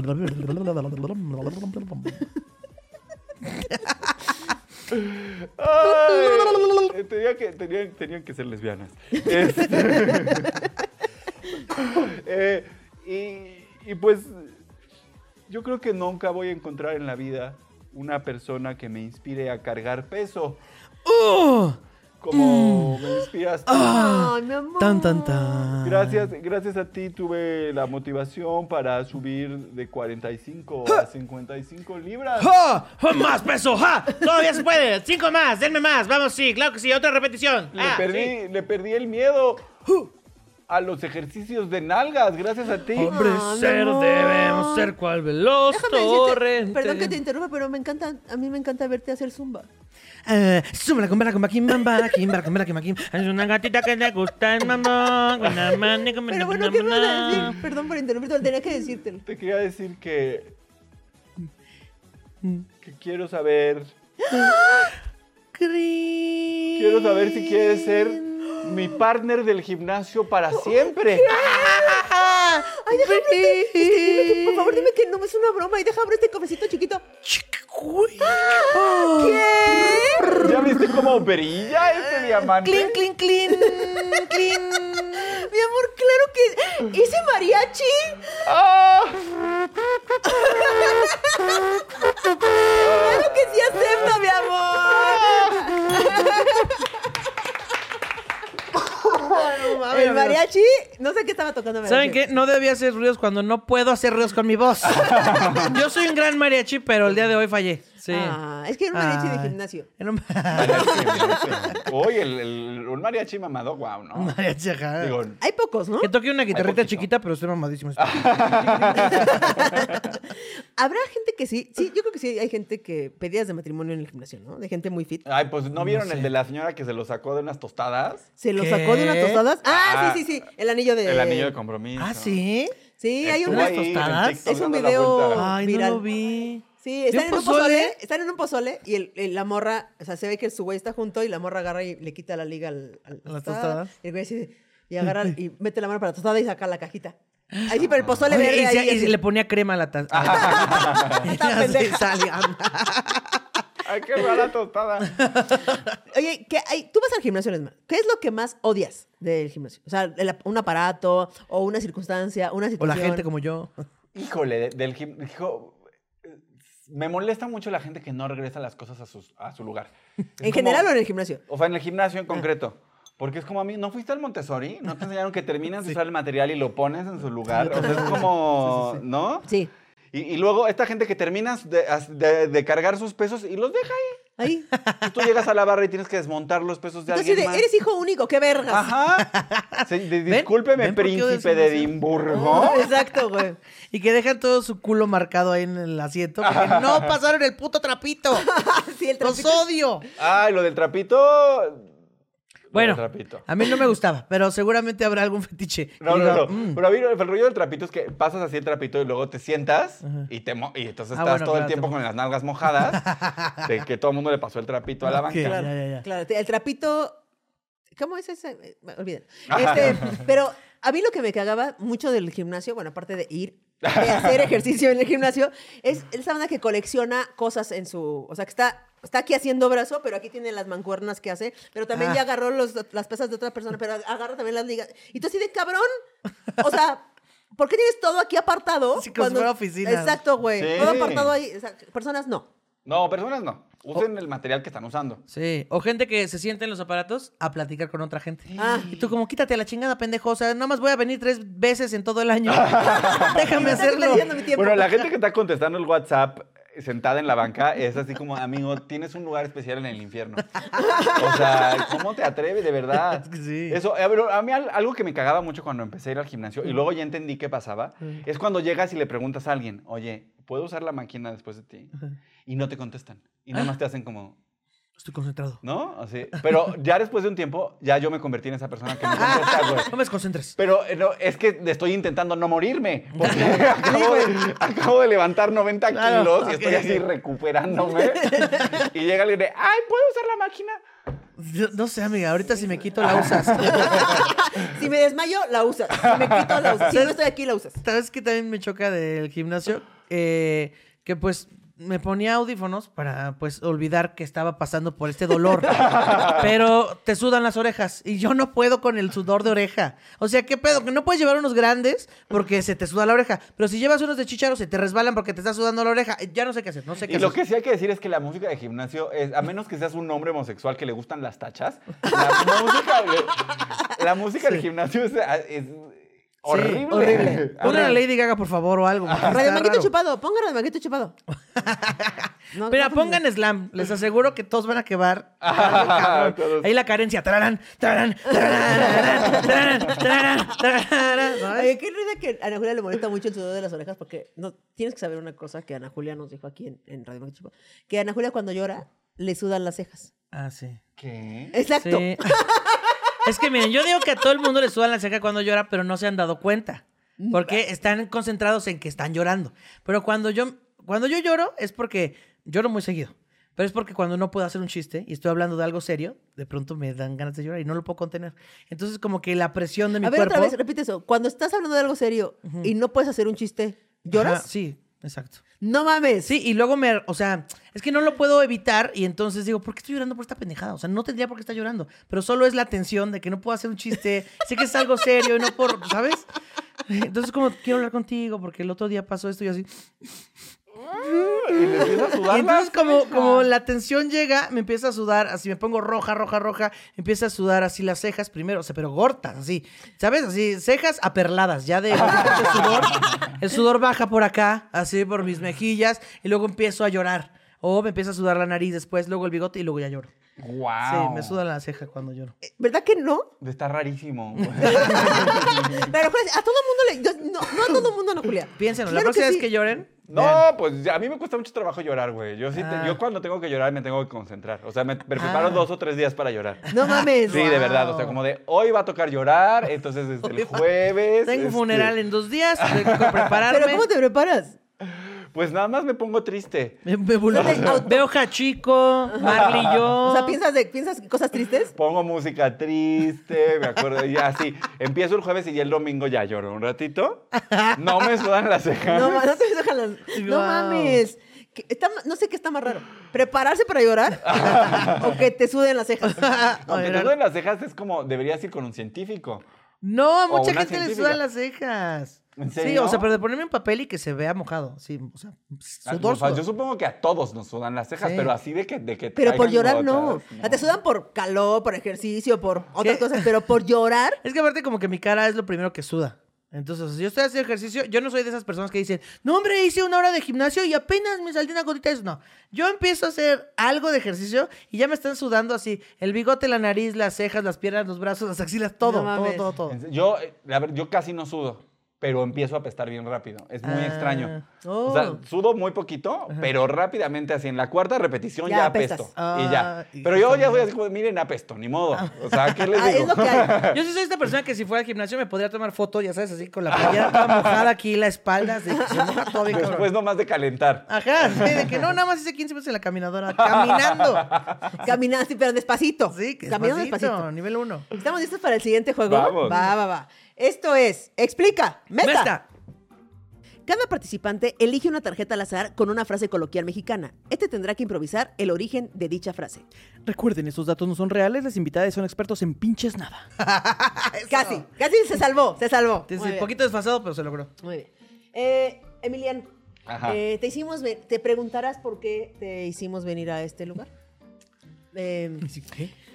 Speaker 3: Ay, tenía que, tenían, tenían que ser lesbianas. Este, eh, y, y pues yo creo que nunca voy a encontrar en la vida una persona que me inspire a cargar peso
Speaker 1: ¡Uh! Mm.
Speaker 3: como me inspiras. tú.
Speaker 1: Ah.
Speaker 2: Ay, mi amor.
Speaker 1: Tan, tan, tan.
Speaker 3: Gracias, gracias a ti tuve la motivación para subir de 45
Speaker 1: Ah.
Speaker 3: a 55 libras.
Speaker 1: ¡Ja! ¡Ja! ¡Más peso! ¡Ja! Todavía se puede. Cinco más, denme más. Vamos, sí, claro que sí. Otra repetición.
Speaker 3: Le,
Speaker 1: Ah,
Speaker 3: perdí,
Speaker 1: sí. Ah.
Speaker 3: le perdí el miedo a los ejercicios de nalgas, gracias a ti.
Speaker 1: Hombre,
Speaker 2: Ah, mi
Speaker 1: ser
Speaker 2: amor.
Speaker 1: debemos ser cual veloz
Speaker 2: Déjame
Speaker 1: torrente.
Speaker 2: decirte, perdón que te interrumpa, pero me encanta, a mí me encanta verte hacer zumba.
Speaker 1: Eh, súbala con bala con maquín, bamba, quim, bala con bala con maquín. Es una gatita que le gusta el mamón. Una mani con
Speaker 2: Pero bueno, ¿qué me vas a decir? Perdón por interrumpirte, tenía que decírtelo.
Speaker 3: Te quería decir que. que quiero saber. Quiero saber si quieres ser mi partner del gimnasio para siempre.
Speaker 2: Ay, déjame abrirte, este, dime que- por favor, dime que no es una broma y deja abrir este cafecito chiquito. Ah.
Speaker 1: Oh.
Speaker 3: ¿Ya viste cómo brilla este diamante?
Speaker 1: Clean, clean, clean, clean.
Speaker 2: Mi amor, claro que hice mariachi.
Speaker 3: ¡Ah!
Speaker 2: Claro que sí acepta, mi amor. El mariachi, no sé qué estaba tocando. mariachi.
Speaker 1: ¿Saben qué? No debía hacer ruidos cuando no puedo hacer ruidos con mi voz. Yo soy un gran mariachi, pero el día de hoy fallé. Sí.
Speaker 2: Ah, es que era un mariachi de
Speaker 1: Ay.
Speaker 2: gimnasio.
Speaker 1: Era un
Speaker 3: Oye, el, el- un mariachi mamado, guau, ¿no?
Speaker 1: mariachi, ajá.
Speaker 3: Digo,
Speaker 2: Hay pocos, ¿no?
Speaker 1: Que toque una guitarrita
Speaker 3: poquito. Ah,
Speaker 1: chiquita, pero estoy mamadísimo.
Speaker 2: Habrá gente que sí. Sí, yo creo que sí hay gente que pedías de matrimonio en el gimnasio, ¿no? De gente muy fit.
Speaker 3: ay, pues ¿no vieron el de la señora que se lo sacó de unas tostadas?
Speaker 2: Se lo
Speaker 1: ¿Qué?
Speaker 2: sacó de unas tostadas. Ah,
Speaker 3: Ah,
Speaker 2: sí, sí, sí. El anillo de.
Speaker 3: El anillo de compromiso.
Speaker 1: ¿Ah, sí?
Speaker 2: Sí, hay
Speaker 3: Estuvo
Speaker 2: una.
Speaker 3: ahí en
Speaker 1: tostadas.
Speaker 3: TikTok
Speaker 2: Es un
Speaker 3: dando la
Speaker 2: video-
Speaker 3: vuelta.
Speaker 1: Ay,
Speaker 2: Oh, Viral.
Speaker 1: no lo vi.
Speaker 2: Sí,
Speaker 1: ¿De un
Speaker 2: están en un
Speaker 1: pozole?
Speaker 2: pozole. Están en un pozole y el- el- la morra, o sea, se ve que su güey está junto y la morra agarra y le quita la liga al, al-
Speaker 1: A la tostada.
Speaker 2: Y el güey así, y agarra y mete la mano para la tostada y saca la cajita. Ahí sí, pero el pozole
Speaker 1: Oye,
Speaker 2: verde
Speaker 1: y, se-
Speaker 2: ahí,
Speaker 1: y
Speaker 2: así.
Speaker 1: le ponía crema a la taza. Así
Speaker 2: pendeja.
Speaker 1: salía.
Speaker 3: Ay, qué rara tostada.
Speaker 2: Oye, ¿qué hay? tú vas al gimnasio, Lesma. ¿Qué es lo que más odias del gimnasio? O sea, el ap- un aparato o una circunstancia,
Speaker 1: O
Speaker 2: una
Speaker 1: la
Speaker 2: situación.
Speaker 1: gente como yo.
Speaker 3: Híjole, de- del gim- hijo, eh, me molesta mucho la gente que no regresa las cosas a, sus- a su lugar. Es
Speaker 2: ¿En
Speaker 3: como-
Speaker 2: general Ah. o en el gimnasio?
Speaker 3: O sea, en el gimnasio en concreto. Porque es como a mí, ¿no fuiste al Montessori? ¿No te enseñaron que terminas de usar el material y lo pones en su lugar? O sea, es como, ¿no?
Speaker 2: Sí.
Speaker 3: Y, y luego esta gente que terminas de, de- de cargar sus pesos y los deja ahí.
Speaker 2: Ahí.
Speaker 3: Y tú llegas a la barra y tienes que desmontar los pesos de
Speaker 2: Entonces, de,
Speaker 3: alguien más.
Speaker 2: eres hijo único, qué vergas.
Speaker 3: Ajá. Se- de-
Speaker 1: ¿Ven?
Speaker 3: discúlpeme,
Speaker 1: ¿Ven por qué odio
Speaker 3: príncipe
Speaker 1: ese
Speaker 3: de
Speaker 1: museo?
Speaker 3: Edimburgo.
Speaker 2: Exacto, güey.
Speaker 1: Y que dejan todo su culo marcado ahí en el asiento. Porque no pasaron el puto trapito.
Speaker 2: Sí, el
Speaker 1: Los
Speaker 2: trapito.
Speaker 1: odio.
Speaker 3: Ay, lo del trapito.
Speaker 1: Bueno, Ah,
Speaker 3: Lo del trapito.
Speaker 1: a mí no me gustaba, pero seguramente habrá algún fetiche. que
Speaker 3: No,
Speaker 1: diga,
Speaker 3: no, no.
Speaker 1: "Mm".
Speaker 3: Pero a mí el rollo del trapito es que pasas así el trapito y luego te sientas y, te mo- y entonces
Speaker 1: Ah,
Speaker 3: estás
Speaker 1: bueno,
Speaker 3: todo
Speaker 1: claro,
Speaker 3: el tiempo
Speaker 1: te mo-
Speaker 3: con las nalgas mojadas de que todo el mundo le pasó el trapito a la banca.
Speaker 1: Ok, ya, ya, ya.
Speaker 2: Claro, te- el trapito. ¿Cómo es ese? Eh, me- Olviden.
Speaker 3: Ajá.
Speaker 2: Este, pero a mí lo que me cagaba mucho del gimnasio, bueno, aparte de ir, de hacer ejercicio en el gimnasio, es esa banda que colecciona cosas en su. O sea, que está. Está aquí haciendo brazo, pero aquí tiene las mancuernas que hace. Pero también
Speaker 1: Ah.
Speaker 2: ya agarró los- las pesas de otra persona, pero agarra también las ligas. Y tú así de cabrón. O sea, ¿por qué tienes todo aquí apartado?
Speaker 1: Sí, como si fuera oficina.
Speaker 2: Exacto, güey.
Speaker 3: Sí.
Speaker 2: Todo apartado ahí. O sea, personas no.
Speaker 3: No, personas no. Usen el material que están usando.
Speaker 1: Sí, o gente que se siente en los aparatos a platicar con otra gente.
Speaker 2: Ah.
Speaker 1: Y tú como, quítate la chingada, pendejo. O sea, nada más voy a venir tres veces en todo el año. Déjame
Speaker 2: Estás
Speaker 1: hacerlo.
Speaker 2: perdiendo mi tiempo.
Speaker 3: Bueno, la gente que está contestando el WhatsApp eh, sentada en la banca es así como, amigo, tienes un lugar especial en el infierno. O sea, ¿cómo te atreves de verdad?
Speaker 1: Es que sí.
Speaker 3: Eso, a, ver, a mí al- algo que me cagaba mucho cuando empecé a ir al gimnasio y luego ya entendí qué pasaba, es cuando llegas y le preguntas a alguien, oye, ¿puedo usar la máquina después de ti? Y no te contestan. Y
Speaker 1: Ah.
Speaker 3: nada más te hacen como,
Speaker 1: Estoy concentrado.
Speaker 3: ¿no? Así. Pero ya después de un tiempo, ya yo me convertí en esa persona que me contesta, güey.
Speaker 1: No me desconcentres.
Speaker 3: Pero eh, no, es que estoy intentando no morirme. Porque acabo, de, acabo de levantar 90
Speaker 1: Claro,
Speaker 3: kilos
Speaker 1: ok,
Speaker 3: y estoy así
Speaker 1: ok.
Speaker 3: recuperándome. y llega alguien de, ay, ¿puedo usar la máquina?
Speaker 1: Yo- No sé, amiga, ahorita si me quito la usas.
Speaker 2: Si me desmayo, la usas. Si me quito, la usas. Si no estoy aquí, la usas.
Speaker 1: ¿Sabes que también me choca del gimnasio? Eh, que pues me ponía audífonos para pues olvidar que estaba pasando por este dolor. Pero te sudan las orejas y yo no puedo con el sudor de oreja. O sea, ¿qué pedo? Que no puedes llevar unos grandes porque se te suda la oreja. Pero si llevas unos de chicharo se te resbalan porque te está sudando la oreja. Ya no sé qué hacer, no sé qué
Speaker 3: Y lo
Speaker 1: hacer.
Speaker 3: que sí hay que decir es que la música de gimnasio es, a menos que seas un hombre homosexual que le gustan las tachas, la música, de- la música del gimnasio es, ah, es horrible.
Speaker 1: horrible. Ponle a
Speaker 3: Ahora,
Speaker 1: Lady Gaga, por favor, o algo. porque
Speaker 2: Radio
Speaker 1: está
Speaker 2: Manguito
Speaker 1: raro.
Speaker 2: Chupado, pongan Radio Manguito Chupado. No,
Speaker 1: Mira,
Speaker 2: no, pues,
Speaker 1: pongan slam. Les aseguro que todos van a quebar.
Speaker 3: Ah, todos.
Speaker 1: Ahí la carencia. Tararán, tararán, tararán, tararán, tararán, tararán, ¿sabes?
Speaker 2: Oye, qué risa que a Ana Julia le molesta mucho el sudor de las orejas porque no, tienes que saber una cosa que Ana Julia nos dijo aquí en, en Radio Manguito Chupado. Que Ana Julia cuando llora, le sudan las cejas.
Speaker 1: Ah, sí.
Speaker 3: ¿Qué?
Speaker 2: Exacto.
Speaker 1: Sí. Es que miren, yo digo que a todo el mundo le sudan la ceja cuando llora, pero no se han dado cuenta.
Speaker 2: Mm,
Speaker 1: Porque están concentrados en que están llorando. Pero cuando yo, cuando yo lloro es porque lloro muy seguido. Pero es porque cuando no puedo hacer un chiste y estoy hablando de algo serio, de pronto me dan ganas de llorar y no lo puedo contener. Entonces como que la presión de mi
Speaker 2: a ver,
Speaker 1: cuerpo...
Speaker 2: otra vez, repite eso. Cuando estás hablando de algo serio y no puedes hacer un chiste, ¿lloras?
Speaker 1: Ajá, sí, exacto.
Speaker 2: No mames.
Speaker 1: Sí, y luego me, o sea, es que no lo puedo evitar y entonces digo, ¿por qué estoy llorando por esta pendejada? O sea, no tendría por qué estar llorando, pero solo es la tensión de que no puedo hacer un chiste, sé que es algo serio y no por, ¿sabes? Entonces como quiero hablar contigo porque el otro día pasó esto y yo así.
Speaker 3: Y le empieza a
Speaker 1: Y
Speaker 3: sudar la
Speaker 1: entonces como, como la tensión llega, me empieza a sudar, así me pongo roja, roja, roja, empieza a sudar así las cejas primero, o sea, pero gordas, así, ¿sabes? Así, cejas aperladas, ya de, de sudor. El sudor baja por acá, así por mis mejillas, y luego empiezo a llorar. O me empieza a sudar la nariz después, luego el bigote y luego ya lloro.
Speaker 3: Wow.
Speaker 1: Sí, me suda la ceja cuando lloro.
Speaker 2: ¿Verdad que no?
Speaker 3: Está rarísimo.
Speaker 2: Pero pues, a todo mundo le. yo- No, no a todo mundo, Ana Julia.
Speaker 1: Piénsenlo, la
Speaker 2: Claro
Speaker 1: próxima
Speaker 2: sí.
Speaker 1: vez que lloren. vean.
Speaker 3: No, pues a mí me cuesta mucho trabajo llorar, güey. Yo sí, te-
Speaker 1: Ah.
Speaker 3: yo cuando tengo que llorar me tengo que concentrar. O sea, me, me preparo dos o tres días para llorar.
Speaker 2: No mames.
Speaker 3: Sí, de verdad. O sea, como de hoy va a tocar llorar, entonces desde
Speaker 1: Hoy
Speaker 3: el
Speaker 1: va-
Speaker 3: jueves.
Speaker 1: Tengo
Speaker 3: este,
Speaker 1: un funeral en dos días, tengo que prepararme.
Speaker 2: Pero ¿cómo te preparas?
Speaker 3: Pues nada más me pongo triste.
Speaker 1: Me- me vuelvo-
Speaker 2: Entonces, auto-
Speaker 1: Veo Hachico, Marley y yo.
Speaker 2: O sea, ¿piensas, de, ¿piensas cosas tristes?
Speaker 3: Pongo música triste, me acuerdo, y así. Empiezo el jueves y ya el domingo ya lloro un ratito. No me sudan las cejas.
Speaker 2: No, ma- no te dejan las- No
Speaker 1: Wow.
Speaker 2: mames. Que está ma- no sé qué está más raro. ¿Prepararse para llorar? o que te suden las cejas.
Speaker 3: Aunque te
Speaker 1: Oigan.
Speaker 3: suden las cejas es como deberías ir con un científico.
Speaker 1: No, a
Speaker 3: O
Speaker 1: mucha
Speaker 3: una
Speaker 1: gente le
Speaker 3: científica.
Speaker 1: sudan las cejas.
Speaker 3: ¿En
Speaker 1: Sí, o
Speaker 3: serio? Ah,
Speaker 1: sea, pero de ponerme en papel y que se vea mojado. Sí, o sea, sudor,
Speaker 3: O sea,
Speaker 1: sudor.
Speaker 3: Yo supongo que a todos nos sudan las cejas,
Speaker 1: Sí.
Speaker 3: pero así de que, de que
Speaker 2: Pero por
Speaker 3: traigan
Speaker 2: llorar no. Ah,
Speaker 3: gotas,
Speaker 1: Ah,
Speaker 2: Te sudan por calor, por ejercicio, por otras
Speaker 1: ¿Qué?
Speaker 2: cosas. Pero por llorar.
Speaker 1: Es que aparte como que mi cara es lo primero que suda. Entonces, si yo estoy haciendo ejercicio, yo no soy de esas personas que dicen, no, hombre, hice una hora de gimnasio y apenas me salió una gotita de eso. No, yo empiezo a hacer algo de ejercicio y ya me están sudando así, el bigote, la nariz, las cejas, las piernas, los brazos, las axilas, todo,
Speaker 2: No
Speaker 1: todo,
Speaker 2: mames.
Speaker 1: todo, todo.
Speaker 3: En se- Yo, eh, la ver- yo casi no sudo, pero empiezo a apestar bien rápido. Es muy
Speaker 1: Ah.
Speaker 3: extraño.
Speaker 2: Oh.
Speaker 3: O sea, sudo muy poquito, pero rápidamente, así en la cuarta repetición
Speaker 2: Ya
Speaker 3: ya, apesto.
Speaker 2: apestas.
Speaker 1: Ah,
Speaker 3: y ya.
Speaker 1: y
Speaker 3: Pero yo
Speaker 1: está
Speaker 3: ya soy
Speaker 1: bien.
Speaker 3: así como, miren, apesto, ni modo. O sea, ¿qué les
Speaker 2: Ah, es
Speaker 3: digo?
Speaker 2: lo que hay.
Speaker 1: Yo sí soy esta persona que si fuera al gimnasio me podría tomar foto, ya sabes, así con la playera toda mojada aquí, la espalda, así, que se moja todo bien, cabrón.
Speaker 3: Después nomás de calentar.
Speaker 2: Ah,
Speaker 1: Ajá, sí, de que no, nada más hice 15 minutos en la caminadora, caminando.
Speaker 2: Caminar así, pero despacito.
Speaker 1: Sí, que
Speaker 2: Caminando
Speaker 1: despacito,
Speaker 2: despacito.
Speaker 1: nivel 1.
Speaker 2: ¿Estamos listos para el siguiente juego?
Speaker 3: Vamos.
Speaker 2: Va, va, va. Esto es, explica, meta.
Speaker 1: Mesta.
Speaker 2: Cada participante elige una tarjeta al azar con una frase coloquial mexicana. Este tendrá que improvisar el origen de dicha frase.
Speaker 5: Recuerden, estos datos no son reales, las invitadas son expertos en pinches nada.
Speaker 2: Casi, casi se salvó, se salvó.
Speaker 1: Entonces,
Speaker 2: Muy bien,
Speaker 1: un poquito desfasado, pero se logró.
Speaker 2: muy bien. Eh, Emiliano,
Speaker 3: Ajá.
Speaker 2: eh, te hicimos, ve- te preguntarás por qué te hicimos venir a este lugar. Eh,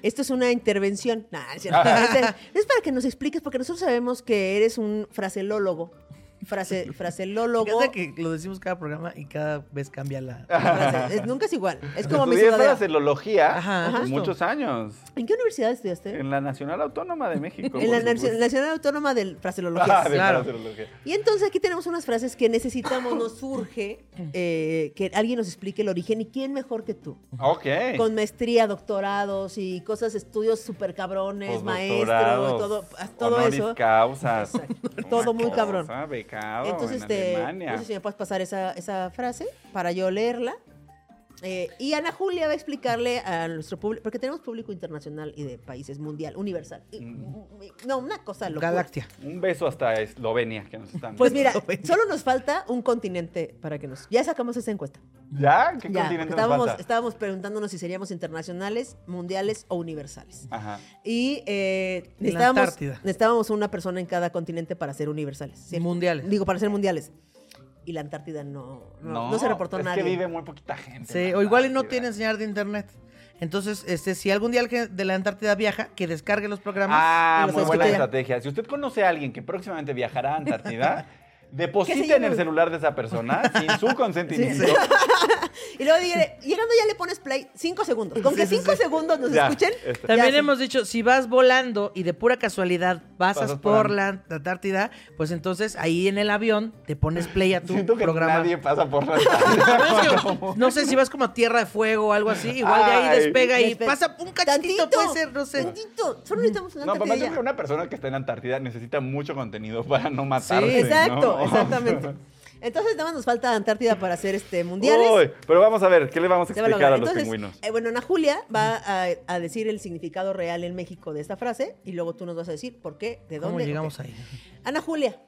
Speaker 2: Esto es una intervención.
Speaker 3: Ah.
Speaker 2: Nah, es, cierto. Es- es para que nos expliques, porque nosotros sabemos que eres un fraseólogo frase, fraselólogo.
Speaker 1: Fíjate que lo decimos cada programa y cada vez cambia la...
Speaker 2: Ah, frase- es- nunca es igual. Es como mi
Speaker 3: Estudié
Speaker 2: sudadera.
Speaker 3: celología
Speaker 1: Ajá,
Speaker 2: Ajá.
Speaker 1: justo.
Speaker 3: muchos años
Speaker 2: ¿En qué universidad estudiaste?
Speaker 3: en la Nacional Autónoma de México.
Speaker 2: En la
Speaker 3: por
Speaker 2: Nacio-
Speaker 3: supuesto.
Speaker 2: Nacional Autónoma de Fraseología.
Speaker 3: Ah, de
Speaker 1: Claro.
Speaker 3: paracelología.
Speaker 2: Y entonces aquí tenemos unas frases que necesitamos, nos surge eh, que alguien nos explique el origen. ¿Y quién mejor que tú?
Speaker 3: Ok.
Speaker 2: Con maestría, doctorados y cosas, estudios súper cabrones, maestro,
Speaker 3: Postdoctorados,
Speaker 2: todo, ah, todo
Speaker 3: Pues honoris
Speaker 2: eso.
Speaker 3: causas.
Speaker 2: Todo muy cabrón.
Speaker 3: Becado
Speaker 2: Entonces,
Speaker 3: en
Speaker 2: este,
Speaker 3: Alemania.
Speaker 2: no sé si me puedes pasar esa, esa frase para yo leerla. Eh, y Ana Julia va a explicarle a nuestro público, porque tenemos público internacional y de países mundial, universal. Y-
Speaker 3: Mm.
Speaker 2: No, una cosa locura.
Speaker 1: Galaxia.
Speaker 3: Un beso hasta Eslovenia que nos están
Speaker 2: Pues mira,
Speaker 3: viendo.
Speaker 2: solo nos falta un continente para que nos. Ya sacamos esa encuesta.
Speaker 3: ¿Ya?
Speaker 2: Ya,
Speaker 3: ¿Qué
Speaker 2: porque
Speaker 3: continente nos
Speaker 2: estábamos,
Speaker 3: falta?
Speaker 2: estábamos preguntándonos si seríamos internacionales, mundiales o universales.
Speaker 3: Ajá.
Speaker 2: Y eh,
Speaker 1: Ni la
Speaker 2: necesitábamos,
Speaker 1: Antártida.
Speaker 2: necesitábamos una persona en cada continente para ser universales. ¿cierto?
Speaker 1: Mundiales.
Speaker 2: Digo, para ser mundiales. Y la Antártida no, no, no se reportó
Speaker 3: es
Speaker 2: nadie.
Speaker 3: que vive muy poquita gente.
Speaker 1: Sí,
Speaker 3: en la
Speaker 1: o igual y no
Speaker 3: Antártida.
Speaker 1: tiene señal de internet. Entonces, este, si algún día alguien de la Antártida viaja, que descargue los programas.
Speaker 3: Ah,
Speaker 1: y los
Speaker 3: muy buena
Speaker 1: escuche.
Speaker 3: estrategia. Si usted conoce a alguien que próximamente viajará a Antártida, deposite
Speaker 2: llame-
Speaker 3: en el celular de esa persona sin su consentimiento.
Speaker 2: Y luego dije, llegando ya le pones play cinco segundos. Con que
Speaker 1: Sí, sí,
Speaker 2: cinco
Speaker 1: sí.
Speaker 2: segundos nos
Speaker 3: Ya, Este,
Speaker 2: escuchen.
Speaker 3: está.
Speaker 2: ya
Speaker 1: También
Speaker 2: se-
Speaker 1: hemos dicho, si vas volando y de pura casualidad pasas
Speaker 3: Pasas por
Speaker 1: por, la Antártida, pues entonces ahí en el avión te pones play a tu
Speaker 3: Siento que
Speaker 1: programa.
Speaker 3: nadie pasa por la
Speaker 1: A
Speaker 3: Antártida.
Speaker 1: menos que- no sé si vas como a Tierra de Fuego o algo así, igual de ahí
Speaker 3: Ay.
Speaker 1: despega y
Speaker 2: Despe-
Speaker 1: pasa un cachito,
Speaker 2: Tantito,
Speaker 1: puede ser, no sé.
Speaker 2: Tantito. Solo necesitamos una
Speaker 3: No, papá, yo
Speaker 2: Antártida.
Speaker 3: creo que una persona que está en Antártida necesita mucho contenido para no matarse. ¿no?
Speaker 2: Exacto, exactamente. Entonces nada más nos falta Antártida para hacer este mundiales.
Speaker 3: Uy, pero vamos a ver, ¿qué le vamos a
Speaker 2: Se va a
Speaker 3: explicar
Speaker 2: lograr.
Speaker 3: a los
Speaker 2: Entonces,
Speaker 3: pingüinos?
Speaker 2: eh, bueno, Ana Julia va a, a decir el significado real en México de esta frase y luego tú nos vas a decir por qué, de dónde.
Speaker 1: ¿Cómo llegamos
Speaker 2: ok.
Speaker 1: ahí?
Speaker 2: Ana Julia,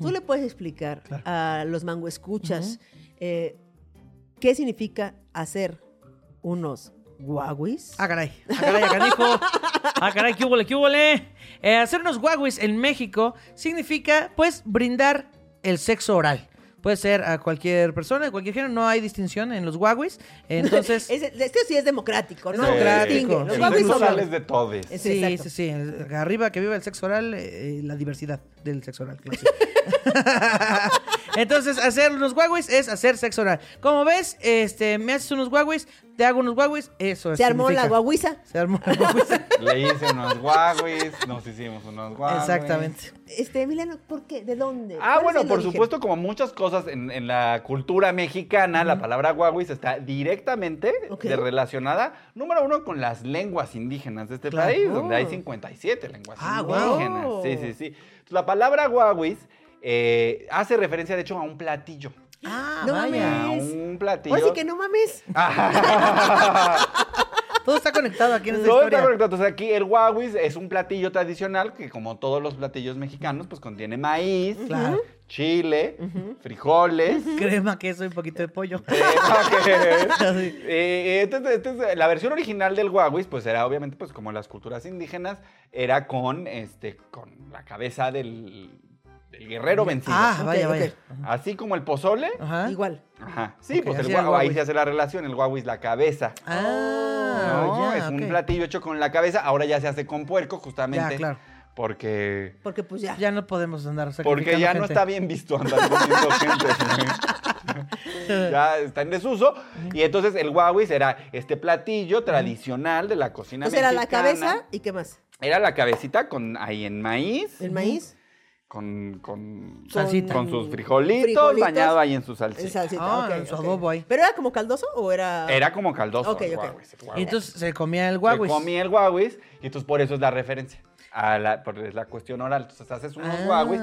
Speaker 2: tú le puedes explicar a los mangoescuchas eh, qué significa hacer unos guaguis.
Speaker 1: Ah, caray. Ah, caray, ah, canijo. Ah, caray, qué húbole, qué húbole. Eh, hacer unos guaguis en México significa, pues, brindar el sexo oral. Puede ser a cualquier persona, de cualquier género, no hay distinción en los guaguis. Entonces,
Speaker 2: Es- esto sí es democrático, ¿no?
Speaker 1: Es democrático.
Speaker 2: Distingue.
Speaker 1: Sí,
Speaker 2: Los
Speaker 3: El
Speaker 2: guaguis
Speaker 3: sexo
Speaker 2: son-
Speaker 3: oral es de todes.
Speaker 2: Es-
Speaker 1: sí, sí,
Speaker 2: exacto.
Speaker 1: sí. Arriba que viva el sexo oral, eh, eh, la diversidad del sexo oral. claro. Entonces, hacer unos guaguis es hacer sexo oral. Como ves, este, me haces unos guaguis, te hago unos guaguis, eso
Speaker 2: Se armó la
Speaker 1: significa.
Speaker 2: guaguiza.
Speaker 1: Se armó la guaguis.
Speaker 3: Le hice unos guaguis, nos hicimos unos guaguis.
Speaker 1: Exactamente.
Speaker 2: Este, Emiliano, ¿por qué? ¿De dónde? ¿Cuál
Speaker 3: Ah,
Speaker 2: es
Speaker 3: bueno,
Speaker 2: el
Speaker 3: por
Speaker 2: origen?
Speaker 3: supuesto, como muchas cosas en, en la cultura mexicana, la palabra guaguis está directamente
Speaker 2: Ok.
Speaker 3: de- relacionada, número uno, con las lenguas indígenas de este
Speaker 1: Claro.
Speaker 3: país, donde hay 57 lenguas
Speaker 1: Ah, guau.
Speaker 3: indígenas. Sí, sí, sí. Entonces, la palabra guaguis eh, hace referencia, de hecho, a un platillo.
Speaker 1: Ah,
Speaker 2: No
Speaker 1: vaya.
Speaker 2: mames.
Speaker 3: A
Speaker 2: Es-
Speaker 3: un platillo.
Speaker 2: Ahora Pues sí que no mames.
Speaker 1: Todo está conectado aquí en esta
Speaker 3: Todo
Speaker 1: historia.
Speaker 3: está correcto. Entonces aquí el guaguis es un platillo tradicional que como todos los platillos mexicanos pues contiene maíz,
Speaker 1: Claro.
Speaker 3: chile, frijoles.
Speaker 1: Crema, queso y un poquito de pollo.
Speaker 3: eh,
Speaker 1: Así.
Speaker 3: eh, entonces, entonces, la versión original del guaguis pues era obviamente pues como las culturas indígenas era con este con la cabeza del, del guerrero vencido.
Speaker 1: ah,
Speaker 2: Ok,
Speaker 1: vaya, vaya.
Speaker 2: ok.
Speaker 3: Así como el pozole.
Speaker 1: Ajá.
Speaker 2: Igual.
Speaker 3: Ajá. Sí,
Speaker 1: Ok,
Speaker 3: pues el
Speaker 1: así era el
Speaker 3: guau- ahí
Speaker 1: guaguis.
Speaker 3: se hace la relación, el guaguis la cabeza.
Speaker 1: Ah,
Speaker 3: Oh, No,
Speaker 1: ya,
Speaker 3: es
Speaker 1: ok.
Speaker 3: un platillo hecho con la cabeza. Ahora ya se hace con puerco, justamente.
Speaker 1: Ya, claro.
Speaker 3: Porque.
Speaker 2: Porque pues ya.
Speaker 1: Ya no podemos andar sacrificando
Speaker 3: Porque ya no
Speaker 1: gente.
Speaker 3: está bien visto andar comiendo gente. ¿eh? ya está en desuso. Y entonces el guauis era este platillo tradicional de la cocina
Speaker 2: Entonces era la
Speaker 3: mexicana.
Speaker 2: cabeza y qué más.
Speaker 3: Era la cabecita con ahí en maíz,
Speaker 2: El maíz.
Speaker 3: con, con,
Speaker 1: Salsita.
Speaker 3: con sus frijolitos,
Speaker 2: Frijolitos.
Speaker 3: bañado ahí en su
Speaker 2: El
Speaker 3: salsita.
Speaker 2: salsita.
Speaker 1: Ah,
Speaker 2: ok,
Speaker 1: en su
Speaker 2: ok.
Speaker 1: adobo ahí.
Speaker 2: ¿Pero era como caldoso o era...?
Speaker 3: Era como caldoso
Speaker 2: Ok,
Speaker 3: el
Speaker 2: ok.
Speaker 3: guauis, el guauis.
Speaker 1: Y entonces se comía el
Speaker 3: Se
Speaker 1: guaguis.
Speaker 3: comía el guauis y entonces por eso es la referencia. A la, por- es la cuestión oral. Entonces haces unos
Speaker 1: Ah.
Speaker 3: guauis.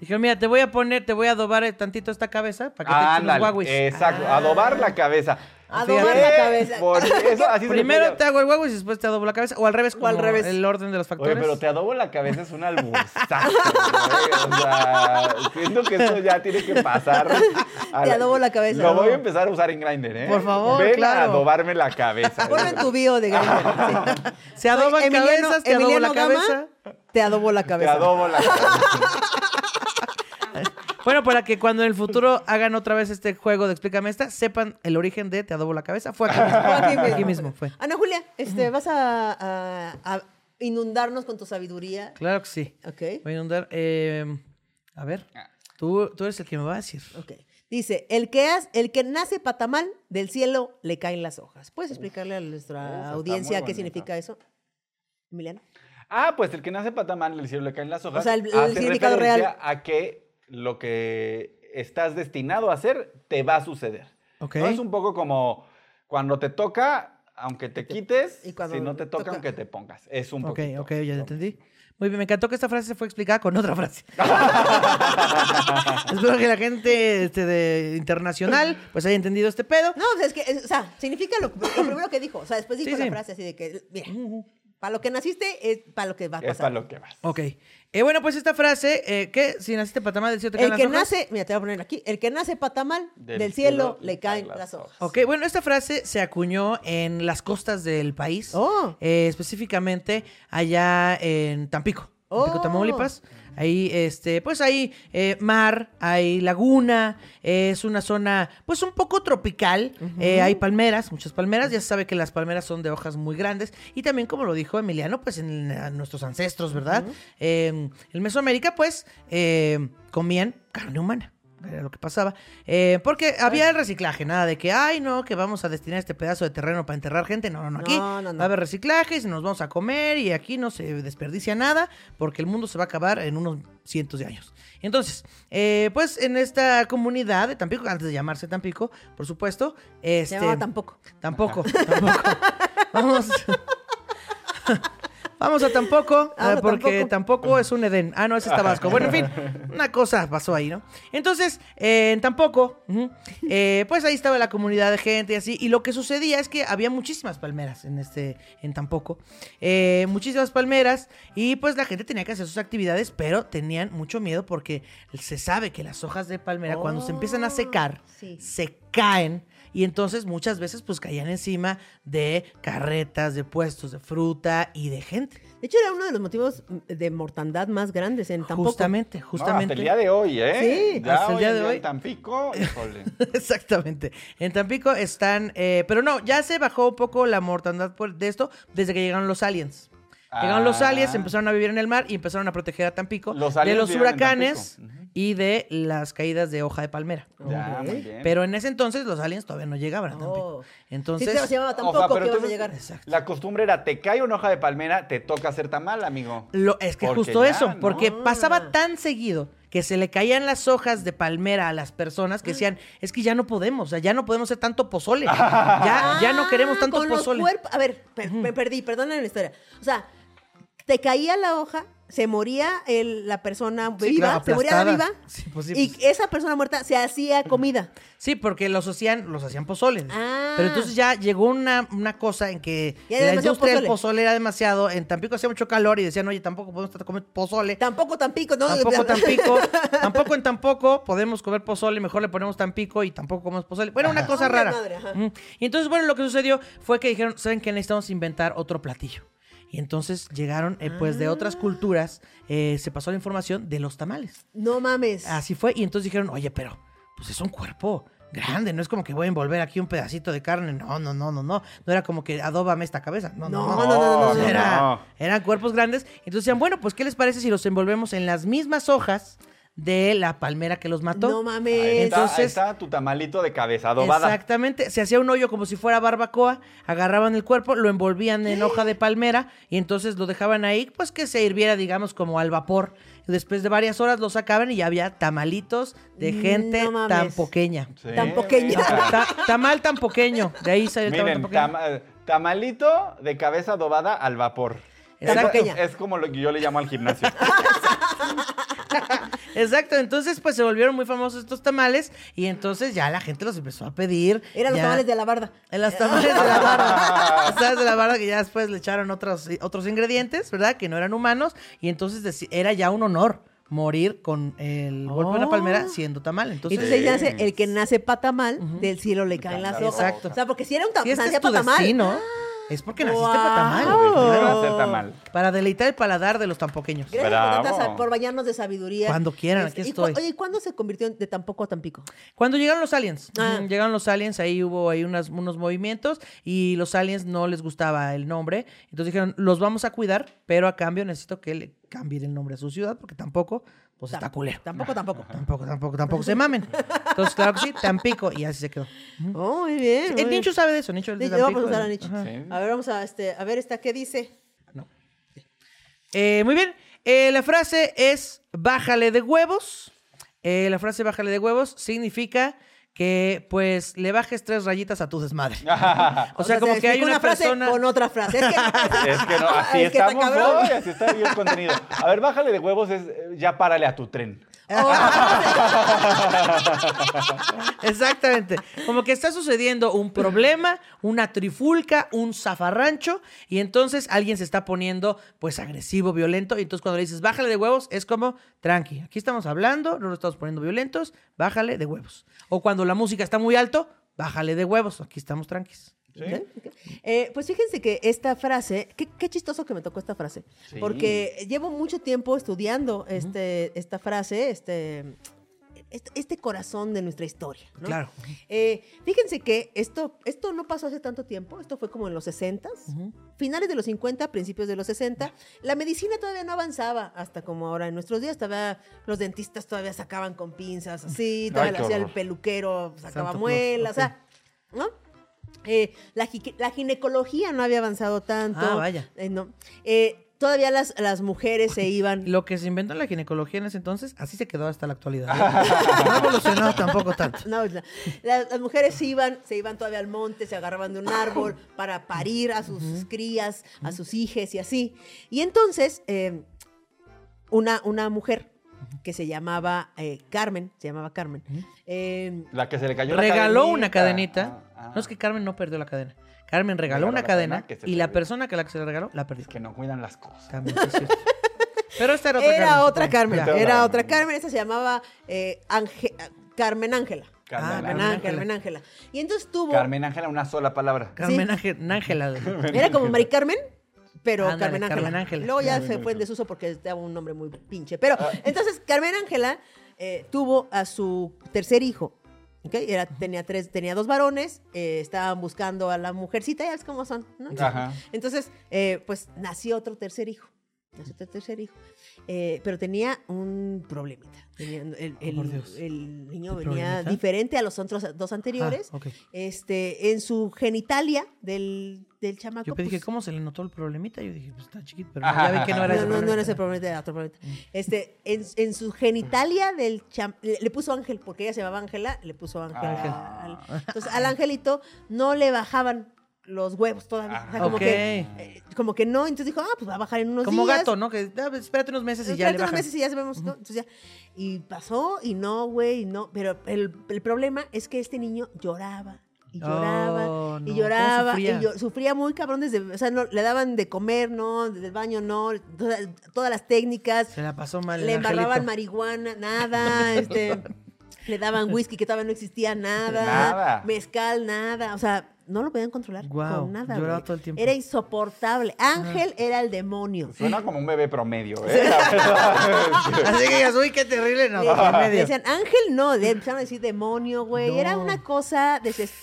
Speaker 1: Dijeron, mira, te voy a poner, te voy a adobar eh, tantito esta cabeza para que te eches unos
Speaker 3: Ándale,
Speaker 1: guaguis.
Speaker 3: Exacto. Adobar la cabeza.
Speaker 2: Ah. Adobar
Speaker 3: Fíjate,
Speaker 2: la cabeza.
Speaker 3: por eso, así
Speaker 1: Ah.
Speaker 3: se
Speaker 1: Primero
Speaker 3: podía-
Speaker 1: te hago el guaguis y después te adobo la cabeza. O al revés,
Speaker 2: O al
Speaker 1: como
Speaker 2: revés.
Speaker 1: el orden de los
Speaker 3: Oye,
Speaker 1: factores.
Speaker 3: pero te adobo la cabeza es un alburzazo. güey. o sea, siento que eso ya tiene que pasar. a
Speaker 2: Te adobo la cabeza.
Speaker 3: Lo voy a empezar a usar en Grindr, ¿eh?
Speaker 1: Por favor,
Speaker 3: Ven a
Speaker 1: claro.
Speaker 3: adobarme la cabeza.
Speaker 2: Ponlo Ah, en tu bio de
Speaker 3: Ah.
Speaker 2: Grindr. sí.
Speaker 1: Se adoban
Speaker 2: Soy Emiliano-
Speaker 1: cabezas, te adobo la
Speaker 2: Emiliano Gama,
Speaker 1: cabeza.
Speaker 2: Te adobo la
Speaker 3: Te
Speaker 2: cabeza.
Speaker 3: adobo la cabeza.
Speaker 1: Bueno, para que cuando en el futuro hagan otra vez este juego de Explícame Esta, sepan el origen de Te Adobo la Cabeza. Fue aquí mismo.
Speaker 2: Fue aquí mismo.
Speaker 1: Aquí mismo, fue.
Speaker 2: Ana Julia, este, vas a, a- a inundarnos con tu sabiduría.
Speaker 1: Claro que sí.
Speaker 2: Ok.
Speaker 1: Voy a inundar. eh, A ver,
Speaker 3: Ah.
Speaker 1: tú, tú eres el que me va a decir.
Speaker 2: Ok. Dice, el que, has- el que nace patamal, del cielo le caen las hojas. ¿Puedes explicarle a nuestra
Speaker 3: Oh, está
Speaker 2: audiencia
Speaker 3: muy
Speaker 2: qué
Speaker 3: bonito.
Speaker 2: significa eso? Emiliano.
Speaker 3: Ah, pues el que nace patamán, el cielo le caen las hojas.
Speaker 2: O sea, el- el
Speaker 3: hace
Speaker 2: significado
Speaker 3: referencia
Speaker 2: real.
Speaker 3: A que lo que estás destinado a hacer te va a suceder.
Speaker 1: Ok.
Speaker 3: ¿No? Es un poco como cuando te toca, aunque te quites,
Speaker 2: y cuando
Speaker 3: si no te toca,
Speaker 2: toca.
Speaker 3: aunque te pongas. Es un
Speaker 1: Ok,
Speaker 3: poquito.
Speaker 1: ok, ya entendí. Muy bien, me encantó que esta frase fue explicada con otra frase. Espero que la gente este, de internacional pues haya entendido este pedo.
Speaker 2: No, o sea, es que, es- o sea, significa lo, lo primero que dijo. O sea, después dijo
Speaker 1: Sí,
Speaker 2: la
Speaker 1: sí.
Speaker 2: frase así de que, mira, para lo que naciste es para lo que va a
Speaker 3: Es
Speaker 2: pasar.
Speaker 3: para lo que vas.
Speaker 1: Ok. Eh, bueno, pues esta frase, eh, ¿qué? Si naciste patamá del cielo te caen
Speaker 2: El
Speaker 1: las
Speaker 2: que
Speaker 1: hojas.
Speaker 2: nace, mira, te voy a poner aquí, el que nace patamal, del,
Speaker 3: Del
Speaker 2: cielo,
Speaker 3: cielo
Speaker 2: le caen las hojas.
Speaker 1: Ok, bueno, esta frase se acuñó en las costas del país.
Speaker 2: Oh.
Speaker 1: Eh, específicamente allá en Tampico.
Speaker 2: Oh.
Speaker 1: Tampico, Tamaulipas. Ahí, este, pues hay eh, mar, hay laguna, eh, es una zona, pues un poco tropical. Eh, hay palmeras, muchas palmeras. Ya se sabe que las palmeras son de hojas muy grandes. Y también, como lo dijo Emiliano, pues en eh, nuestros ancestros, ¿verdad? Eh, en Mesoamérica, pues, eh, comían carne humana. Era lo que pasaba. Eh, porque había el reciclaje, nada de que, ay, no, que vamos a destinar este pedazo de terreno para enterrar gente. No, no, no. Aquí
Speaker 2: No, no, no.
Speaker 1: va a haber reciclaje y nos vamos a comer y aquí no se desperdicia nada porque el mundo se va a acabar en unos cientos de años. Entonces, eh, pues en esta comunidad de Tampico, antes de llamarse Tampico, por supuesto,
Speaker 2: Se
Speaker 1: este,
Speaker 2: llamaba tampoco.
Speaker 1: tampoco, tampoco. Vamos. Vamos a tampoco,
Speaker 2: Vamos
Speaker 1: eh,
Speaker 2: a
Speaker 1: porque tampoco. es un Edén. Ah, no, ese es Tabasco. Bueno, en fin, una cosa pasó ahí, ¿no? Entonces, eh, en tampoco, ujú, eh, pues ahí estaba la comunidad de gente y así. Y lo que sucedía es que había muchísimas palmeras en este, en tampoco. Eh, muchísimas palmeras. Y pues la gente tenía que hacer sus actividades, pero tenían mucho miedo porque se sabe que las hojas de palmera, cuando se empiezan a secar,
Speaker 3: Oh,
Speaker 2: Sí.
Speaker 1: se caen. Y entonces muchas veces pues caían encima de carretas, de puestos de fruta y de gente.
Speaker 2: De hecho, era uno de los motivos de mortandad más grandes en tampoco.
Speaker 1: Justamente,
Speaker 3: No, hasta
Speaker 1: justamente.
Speaker 3: el día de hoy, ¿eh?
Speaker 1: Sí,
Speaker 3: Ya
Speaker 1: hasta el
Speaker 3: hoy
Speaker 1: día
Speaker 3: en
Speaker 1: de
Speaker 3: día
Speaker 1: hoy.
Speaker 3: en Tampico, híjole.
Speaker 1: Exactamente. En Tampico están, eh, pero no, ya se bajó un poco la mortandad por- de esto desde que llegaron los aliens. Llegaron los
Speaker 3: Ah.
Speaker 1: aliens, empezaron a vivir en el mar y empezaron a proteger a Tampico
Speaker 3: Los
Speaker 1: de
Speaker 3: aliens
Speaker 1: los
Speaker 3: viven en
Speaker 1: huracanes
Speaker 3: Tampico.
Speaker 1: y de las caídas de hoja de palmera.
Speaker 3: ya, muy bien.
Speaker 1: Pero en ese entonces los aliens todavía no llegaban a Tampico.
Speaker 2: Oh. Sí,
Speaker 1: Entonces,
Speaker 2: se llamaba tampoco
Speaker 3: Ojo, pero
Speaker 2: que ibas a
Speaker 3: entonces-
Speaker 2: llegar.
Speaker 1: Exacto.
Speaker 3: La costumbre era, te cae una hoja de palmera, te toca hacer tamal, amigo.
Speaker 1: Lo- es que
Speaker 3: Porque
Speaker 1: justo
Speaker 3: ya,
Speaker 1: eso,
Speaker 3: ¿no?
Speaker 1: porque pasaba tan seguido que se le caían las hojas de palmera a las personas que decían, es que ya no podemos, o sea, ya no podemos hacer tanto pozole, ya, ya no queremos
Speaker 2: Ah,
Speaker 1: tanto
Speaker 2: con los
Speaker 1: pozole.
Speaker 2: cuerpos- A ver, per- me perdí, perdona la historia. O sea, te caía la hoja, se moría el- la persona
Speaker 1: Sí,
Speaker 2: viva,
Speaker 1: claro,
Speaker 2: se moría la viva,
Speaker 1: aplastada. Sí, pues, sí,
Speaker 2: y
Speaker 1: pues.
Speaker 2: esa persona muerta se hacía comida.
Speaker 1: Sí, porque los hacían, los hacían pozole.
Speaker 2: Ah.
Speaker 1: Pero entonces ya llegó una, una cosa en que
Speaker 2: Ya era
Speaker 1: la
Speaker 2: demasiado
Speaker 1: industria del
Speaker 2: pozole.
Speaker 1: pozole era demasiado, en Tampico hacía mucho calor y decían, oye, tampoco podemos estar comiendo pozole.
Speaker 2: Tampoco Tampico, ¿no?
Speaker 1: Tampoco Tampico, tampoco en Tampoco podemos comer pozole, mejor le ponemos Tampico y tampoco comemos pozole. Bueno, una cosa
Speaker 2: Un
Speaker 1: rara.
Speaker 2: desmadre, ajá.
Speaker 1: Mm. Y entonces, bueno, lo que sucedió fue que dijeron, ¿saben qué? Necesitamos inventar otro platillo. Y entonces llegaron, eh, pues, de otras
Speaker 2: Ah.
Speaker 1: culturas, eh, se pasó la información de los tamales.
Speaker 2: No mames.
Speaker 1: Así fue, y entonces dijeron, oye, pero, pues es un cuerpo grande, no es como que voy a envolver aquí un pedacito de carne. No, no, no, no, no. No era como que adóbame esta cabeza. No, no, no.
Speaker 2: No, no, no, no,
Speaker 1: O sea,
Speaker 2: no,
Speaker 1: era-
Speaker 3: no.
Speaker 1: Eran cuerpos grandes. Entonces decían, bueno, pues, ¿qué les parece si los envolvemos en las mismas hojas de la palmera que los mató?
Speaker 2: No
Speaker 3: Ahí
Speaker 2: mames.
Speaker 3: está, ahí
Speaker 1: Entonces-
Speaker 3: está tu tamalito de cabeza adobada.
Speaker 1: Exactamente, se hacía un hoyo como si fuera barbacoa, agarraban el cuerpo, lo envolvían en hoja de palmera y entonces lo dejaban ahí, pues que se hirviera, digamos, como al vapor. Después de varias horas lo sacaban y ya había tamalitos de
Speaker 2: Mm, No
Speaker 1: gente
Speaker 2: mames.
Speaker 1: tan pequeña.
Speaker 3: Sí,
Speaker 2: Tan pequeña.
Speaker 3: mira.
Speaker 1: Ta- tamal tan pequeño, de ahí salió el tamal tan
Speaker 3: Miren,
Speaker 1: pequeño.
Speaker 3: tama- tamalito de cabeza adobada al vapor.
Speaker 1: Exacto.
Speaker 3: Es, es como lo que yo le llamo al gimnasio.
Speaker 1: Exacto, entonces pues se volvieron muy famosos estos tamales y entonces ya la gente los empezó a pedir.
Speaker 2: Eran los
Speaker 1: ya-
Speaker 2: tamales de la barda.
Speaker 1: En las tamales de la barra. Las tamales de la barra que ya después le echaron otros, otros ingredientes, ¿verdad? Que no eran humanos. Y entonces deci- era ya un honor morir con el golpe de
Speaker 2: Oh.
Speaker 1: una palmera siendo tamal. Entonces,
Speaker 2: Entonces ella hace el que nace patamal, del cielo le caen las hojas.
Speaker 1: Exacto.
Speaker 2: O sea, porque si era un tam-
Speaker 1: si
Speaker 2: o
Speaker 1: este
Speaker 2: sea,
Speaker 1: es
Speaker 2: hacía
Speaker 1: tu
Speaker 2: patamal.
Speaker 1: destino, es porque naciste
Speaker 2: Wow.
Speaker 1: para tamal.
Speaker 3: Porque iban a
Speaker 1: oh.
Speaker 3: hacer tamal.
Speaker 1: Para deleitar el paladar de los tampoqueños.
Speaker 2: Gracias
Speaker 3: Bravo.
Speaker 2: Tatasa, por bañarnos de sabiduría. Este,
Speaker 1: Cuando quieran, aquí
Speaker 2: y cu-
Speaker 1: estoy.
Speaker 2: oye, ¿y cuándo se convirtió en- de tampoco a Tampico?
Speaker 1: Cuando llegaron los aliens,
Speaker 2: Ah.
Speaker 1: mm, llegaron los aliens, ahí hubo ahí unas- unos movimientos y los aliens no les gustaba el nombre. Entonces dijeron, los vamos a cuidar, pero a cambio necesito que le cambien el nombre a su ciudad, porque tampoco, pues está culero.
Speaker 2: Tampoco, tampoco.
Speaker 1: Tampoco, tampoco, tampoco se mamen. Entonces, claro que sí, Tampico, y así se quedó.
Speaker 2: Oh, muy bien. muy
Speaker 1: El Nicho
Speaker 2: bien.
Speaker 1: sabe de eso, Nicho. el de
Speaker 2: Nicho, vamos a
Speaker 1: Tampico.
Speaker 2: preguntar a Nicho.
Speaker 1: Ajá.
Speaker 2: A ver, vamos a, este, a ver esta, ¿qué dice?
Speaker 1: Eh, muy bien. Eh, la frase es bájale de huevos. Eh, la frase bájale de huevos significa que pues le bajes tres rayitas a tu desmadre. o sea, como
Speaker 2: se
Speaker 1: que hay
Speaker 2: explica
Speaker 1: una,
Speaker 2: frase
Speaker 1: persona...
Speaker 2: con otra frase. Es que,
Speaker 3: Es que no, así
Speaker 2: Es que está
Speaker 3: estamos
Speaker 2: cabrón.
Speaker 3: hoy, así está bien el contenido. A ver, bájale de huevos, es eh, ya párale a tu tren.
Speaker 1: Exactamente. Como que está sucediendo un problema, una trifulca, un zafarrancho, y entonces alguien se está poniendo, pues, agresivo, violento. Y entonces cuando le dices, bájale de huevos, es como, tranqui, aquí estamos hablando, no nos estamos poniendo violentos, bájale de huevos. O cuando la música está muy alto, bájale de huevos, aquí estamos tranquis.
Speaker 2: Eh, pues fíjense que esta frase, qué, qué chistoso que me tocó esta frase, porque llevo mucho tiempo estudiando este, esta frase, este, este, este corazón de nuestra historia. ¿no?
Speaker 1: Claro.
Speaker 2: Eh, fíjense que esto, esto no pasó hace tanto tiempo, esto fue como en los 60, finales de los 50, principios de los 60. La medicina todavía no avanzaba hasta como ahora en nuestros días, todavía los dentistas todavía sacaban con pinzas así, todavía
Speaker 3: qué
Speaker 2: le hacía el
Speaker 3: horror.
Speaker 2: peluquero, sacaba
Speaker 1: Santo Claus,
Speaker 2: muelas,
Speaker 1: ok.
Speaker 2: o sea, ¿no? Eh, la, gi- la ginecología no había avanzado tanto.
Speaker 1: Ah, vaya.
Speaker 2: Eh, no. Eh, todavía las, las mujeres se iban
Speaker 1: Lo que se inventó en la ginecología en ese entonces, así se quedó hasta la actualidad. ¿eh? No evolucionó tampoco tanto.
Speaker 2: No, la- la- las mujeres se iban, se iban todavía al monte, se agarraban de un árbol para parir a sus crías, a sus hijes y así. Y entonces, eh, una, una mujer que se llamaba eh, Carmen, se llamaba Carmen, eh,
Speaker 3: La que se le cayó la
Speaker 1: regaló
Speaker 3: cadenita.
Speaker 1: una cadenita.
Speaker 3: Ah, ah.
Speaker 1: No es que Carmen no perdió la cadena. Carmen regaló,
Speaker 3: Regaló
Speaker 1: una
Speaker 3: la
Speaker 1: cadena
Speaker 3: cadena que se
Speaker 1: y la
Speaker 3: perdió.
Speaker 1: persona que la que se la regaló la perdió.
Speaker 3: Es que no cuidan las cosas.
Speaker 1: También, sí es cierto. Pero esta era otra Carmen.
Speaker 2: era otra Carmen,
Speaker 1: supongo.
Speaker 3: Ya.
Speaker 2: era otra Carmen, esa se llamaba eh, Ange- Carmen Ángela.
Speaker 3: Carmen
Speaker 1: Ah,
Speaker 3: Ángela.
Speaker 2: Carmen Ángela, Carmen Ángela. Y entonces tuvo,
Speaker 3: Carmen Ángela, una sola palabra.
Speaker 1: Ya. Carmen Ángel- Ángela. Ah,
Speaker 2: era como Mari Carmen. Pero
Speaker 1: Ándale,
Speaker 2: Carmen Ángela.
Speaker 1: Carmen Ángela. Ah.
Speaker 2: Luego ya se fue en desuso porque daba un nombre muy pinche. Pero entonces Carmen Ángela eh, tuvo a su tercer hijo. ¿ok? Era, tenía, tres, tenía dos varones, eh, estaban buscando a la mujercita, ya ves cómo son. ¿no?
Speaker 3: Ajá.
Speaker 2: Entonces, eh, pues nació otro tercer hijo. Nació otro tercer hijo. Eh, pero tenía un problemita. Tenía- el, el-
Speaker 1: por Dios.
Speaker 2: el niño
Speaker 1: ¿Qué
Speaker 2: venía
Speaker 1: problemita?
Speaker 2: diferente a los otros dos anteriores.
Speaker 1: Ah, ok.
Speaker 2: Este, en su genitalia del, del chamaco.
Speaker 1: Yo dije,
Speaker 2: pues, ah,
Speaker 1: ¿cómo se le notó el problemita? Yo dije, pues está chiquito, pero
Speaker 3: Ajá,
Speaker 1: ya vi que no
Speaker 3: ajá,
Speaker 1: era
Speaker 2: no,
Speaker 1: ese Mm.
Speaker 2: no, no era ese
Speaker 1: problemita.
Speaker 2: problema, era otro problema. Este, en, en su genitalia del cham- le, le puso Ángel, porque ella se llamaba Ángela, le puso Ángel.
Speaker 3: Ah.
Speaker 2: Al- entonces, al angelito no le bajaban los huevos todavía. O sea,
Speaker 1: Ah,
Speaker 2: como,
Speaker 1: Ok.
Speaker 2: que, eh, como que no, entonces dijo, ah, pues va a bajar en unos
Speaker 1: Como
Speaker 2: días.
Speaker 1: gato, ¿no? Que ah, espérate unos meses y ya
Speaker 2: Espérate
Speaker 1: le
Speaker 2: unos
Speaker 1: bajan.
Speaker 2: meses y ya sabemos, ¿no? Entonces ya- y pasó, y no, güey, y no. Pero el, el problema es que este niño lloraba. Y lloraba,
Speaker 1: Oh, no.
Speaker 2: y
Speaker 1: ¿Cómo
Speaker 2: lloraba,
Speaker 1: sufría?
Speaker 2: y yo- sufría muy cabrón desde, o sea, no, le daban de comer, no, desde el baño, no, toda- todas las técnicas,
Speaker 1: Se la pasó mal.
Speaker 2: le
Speaker 1: el angelito.
Speaker 2: embarraban marihuana, nada, este, le daban whisky que todavía no existía, nada,
Speaker 3: Nada.
Speaker 2: mezcal, nada, o sea, no lo podían controlar
Speaker 1: Guau,
Speaker 2: con nada,
Speaker 1: lloraba
Speaker 2: güey.
Speaker 1: todo el tiempo.
Speaker 2: era insoportable, Ángel era el demonio,
Speaker 3: Pues Suena como un bebé promedio, ¿eh? La verdad.
Speaker 1: Así que ya uy, qué terrible. No,
Speaker 2: Le-
Speaker 1: por
Speaker 2: le
Speaker 1: medio.
Speaker 2: decían ángel, no, le empezaron a decir demonio, güey. Era
Speaker 1: No.
Speaker 2: una cosa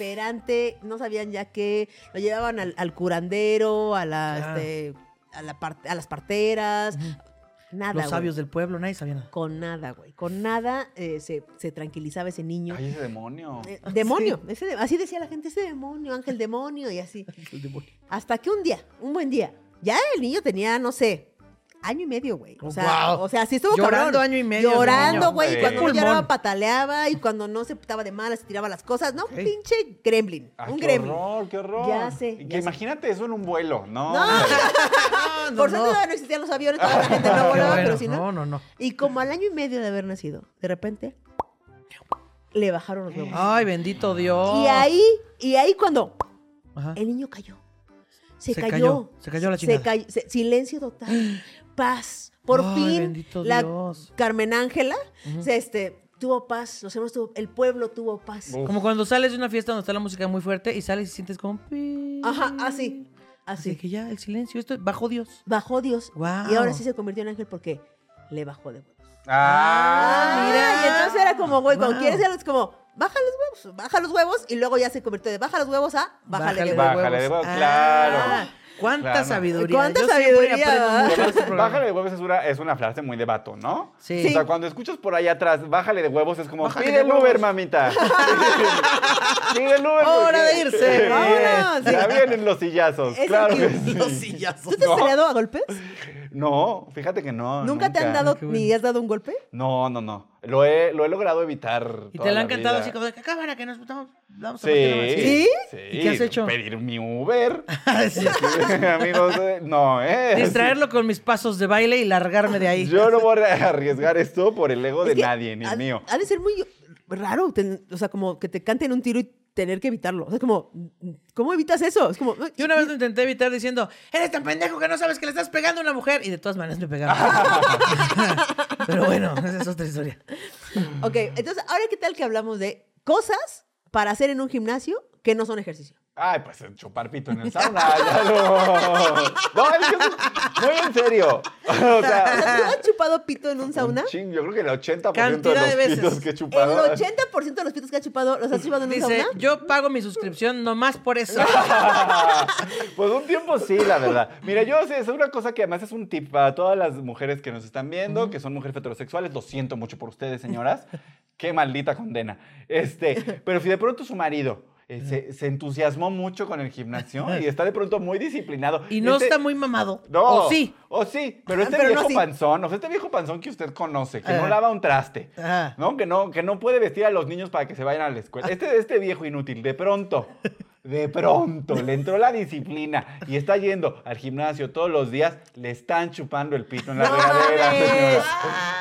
Speaker 2: desesperante, no sabían ya qué. Lo llevaban al, al curandero, a la,
Speaker 1: Claro.
Speaker 2: este, a, la par- a las parteras, nada.
Speaker 1: Los
Speaker 2: güey.
Speaker 1: sabios del pueblo, nadie sabía nada.
Speaker 2: Con nada, güey. Con nada eh, se, se tranquilizaba ese niño.
Speaker 3: Ay, ese demonio.
Speaker 2: Eh, demonio, ese de- así decía la gente, ese demonio, ángel demonio y así. Hasta que un día, un buen día, ya el niño tenía, no sé, año y medio, güey. O sea,
Speaker 1: Guau.
Speaker 2: o sea, sí estuvo
Speaker 1: Llorando
Speaker 2: cabrón.
Speaker 1: año y medio,
Speaker 2: Llorando,
Speaker 3: niño,
Speaker 2: güey. Y
Speaker 3: hombre.
Speaker 2: cuando no
Speaker 1: Pulmón.
Speaker 2: lloraba, pataleaba. Y cuando no se estaba de malas, tiraba las cosas. No, un pinche gremlin.
Speaker 1: Ah,
Speaker 3: Ay,
Speaker 2: un
Speaker 3: qué
Speaker 2: gremlin.
Speaker 3: horror, qué horror.
Speaker 2: Ya sé,
Speaker 3: Que
Speaker 2: ya sé.
Speaker 3: imagínate eso en un vuelo, ¿no?
Speaker 2: No,
Speaker 1: No, Ah,
Speaker 2: Por suerte todavía no existían los aviones, toda la gente no volaba, pero si no.
Speaker 1: no, no, no.
Speaker 2: Y como al año y medio de haber nacido, de repente, le bajaron los huevos.
Speaker 1: Ay, bendito Dios.
Speaker 2: Y ahí, y ahí cuando
Speaker 1: Ajá.
Speaker 2: El niño cayó. Se,
Speaker 1: Se
Speaker 2: cayó.
Speaker 1: cayó, se cayó a la chingada.
Speaker 2: cayó, se- silencio total. Paz. Por
Speaker 1: Ay,
Speaker 2: fin.
Speaker 1: bendito
Speaker 2: la
Speaker 1: Dios.
Speaker 2: Carmen Ángela se, este, tuvo paz. Los hermanos tuvo, el pueblo tuvo paz.
Speaker 3: Uf.
Speaker 1: Como cuando sales de una fiesta donde está la música muy fuerte y sales y sientes como... pi.
Speaker 2: Ajá, así.
Speaker 1: Así
Speaker 2: Así.
Speaker 1: que ya, el silencio, esto bajó Dios.
Speaker 2: Bajó Dios.
Speaker 1: Guau.
Speaker 2: Y ahora sí se convirtió en ángel porque le bajó de huevos.
Speaker 3: Ah,
Speaker 2: mira. Y entonces era como, güey, cuando
Speaker 1: Guau.
Speaker 2: quieres ya es como, baja los huevos, baja los huevos. Y luego ya se convirtió de baja los huevos a bájale, de
Speaker 3: Bájale
Speaker 2: huevos.
Speaker 3: de huevos,
Speaker 1: Ah,
Speaker 3: claro.
Speaker 1: ¿Cuánta
Speaker 3: Claro.
Speaker 1: sabiduría?
Speaker 2: ¿Cuánta
Speaker 1: Yo siempre
Speaker 2: sabiduría,
Speaker 1: aprendo
Speaker 2: verdad?
Speaker 1: mucho de este programa.
Speaker 3: Bájale de huevos es una, es una frase muy de vato, ¿no?
Speaker 1: Sí.
Speaker 3: O sea, cuando escuchas por ahí atrás, bájale de huevos, es como,
Speaker 1: Bájale
Speaker 3: pide
Speaker 1: de
Speaker 3: el Uber,
Speaker 1: huevos".
Speaker 3: mamita. pide el Uber.
Speaker 1: Hora
Speaker 3: porque-
Speaker 1: de irse.
Speaker 2: Vámonos.
Speaker 3: Ya vienen los sillazos,
Speaker 2: Es el
Speaker 3: claro
Speaker 2: que-
Speaker 3: que sí.
Speaker 5: Los
Speaker 2: Oh,
Speaker 5: sillazos.
Speaker 2: ¿Tú te has
Speaker 3: No.
Speaker 2: peleado a golpes?
Speaker 3: No, fíjate que no.
Speaker 2: ¿Nunca, te han dado
Speaker 1: Qué bueno.
Speaker 2: ni has dado un golpe?
Speaker 3: No, no, no. Lo he, lo he logrado evitar.
Speaker 1: Y te
Speaker 3: toda
Speaker 1: la han
Speaker 3: la
Speaker 1: cantado
Speaker 3: vida.
Speaker 1: así como de que cámara, que nos vamos, vamos a meter
Speaker 3: Sí.
Speaker 2: ¿Sí?
Speaker 1: ¿Y qué has hecho?
Speaker 3: Pedir mi Uber.
Speaker 1: una- Sí.
Speaker 3: Amigos, eh, no, ¿eh?
Speaker 1: Distraerlo con mis pasos de baile y largarme de ahí.
Speaker 3: Yo no voy a arriesgar esto por el ego
Speaker 2: Es
Speaker 3: de
Speaker 2: que
Speaker 3: nadie, ni
Speaker 2: ha-
Speaker 3: el mío.
Speaker 2: Ha de ser muy raro, ten- o sea, como que te canten un tiro y tener que evitarlo. O sea, es como, ¿cómo evitas eso? Es como,
Speaker 1: Yo una vez lo intenté evitar diciendo, eres tan pendejo que no sabes que le estás pegando a una mujer. Y de todas maneras me pegaba. Pero bueno, esa es otra historia.
Speaker 2: Ok, entonces, ahora qué tal que hablamos de cosas para hacer en un gimnasio que no son ejercicio.
Speaker 3: Ay, pues chupar pito en el sauna, ya no. No, es que es muy en serio. O
Speaker 2: O sea,
Speaker 3: sea,
Speaker 2: ¿tú has chupado pito en un sauna?
Speaker 3: un ching, yo creo que el 80%
Speaker 1: Cantidad de
Speaker 3: de los
Speaker 1: veces.
Speaker 3: pitos que he
Speaker 2: El
Speaker 3: chupado.
Speaker 2: 80% de los pitos que has chupado los has chupado en un
Speaker 1: Dice,
Speaker 2: sauna.
Speaker 1: yo pago mi suscripción nomás por eso.
Speaker 3: Pues un tiempo sí, la verdad. Mira, yo sí, es una cosa que además es un tip para todas las mujeres que nos están viendo, que son mujeres heterosexuales. Lo siento mucho por ustedes, señoras. Qué maldita condena. Este, pero si de pronto su marido eh, se, se entusiasmó mucho con el gimnasio y está de pronto muy disciplinado.
Speaker 1: Y no
Speaker 3: este-
Speaker 1: está muy mamado.
Speaker 3: No.
Speaker 1: O sí.
Speaker 3: O sí, pero este
Speaker 2: Pero no
Speaker 3: viejo
Speaker 2: sí.
Speaker 3: panzón, o sea, este viejo panzón que usted conoce, que
Speaker 1: Ah.
Speaker 3: no lava un traste,
Speaker 1: Ah.
Speaker 3: ¿no? Que no, que no puede vestir a los niños para que se vayan a la escuela. Este, este viejo inútil, de pronto, de pronto, le entró la disciplina y está yendo al gimnasio todos los días, le están chupando el pito en la
Speaker 1: No
Speaker 3: regadera,
Speaker 1: mames.
Speaker 3: señores.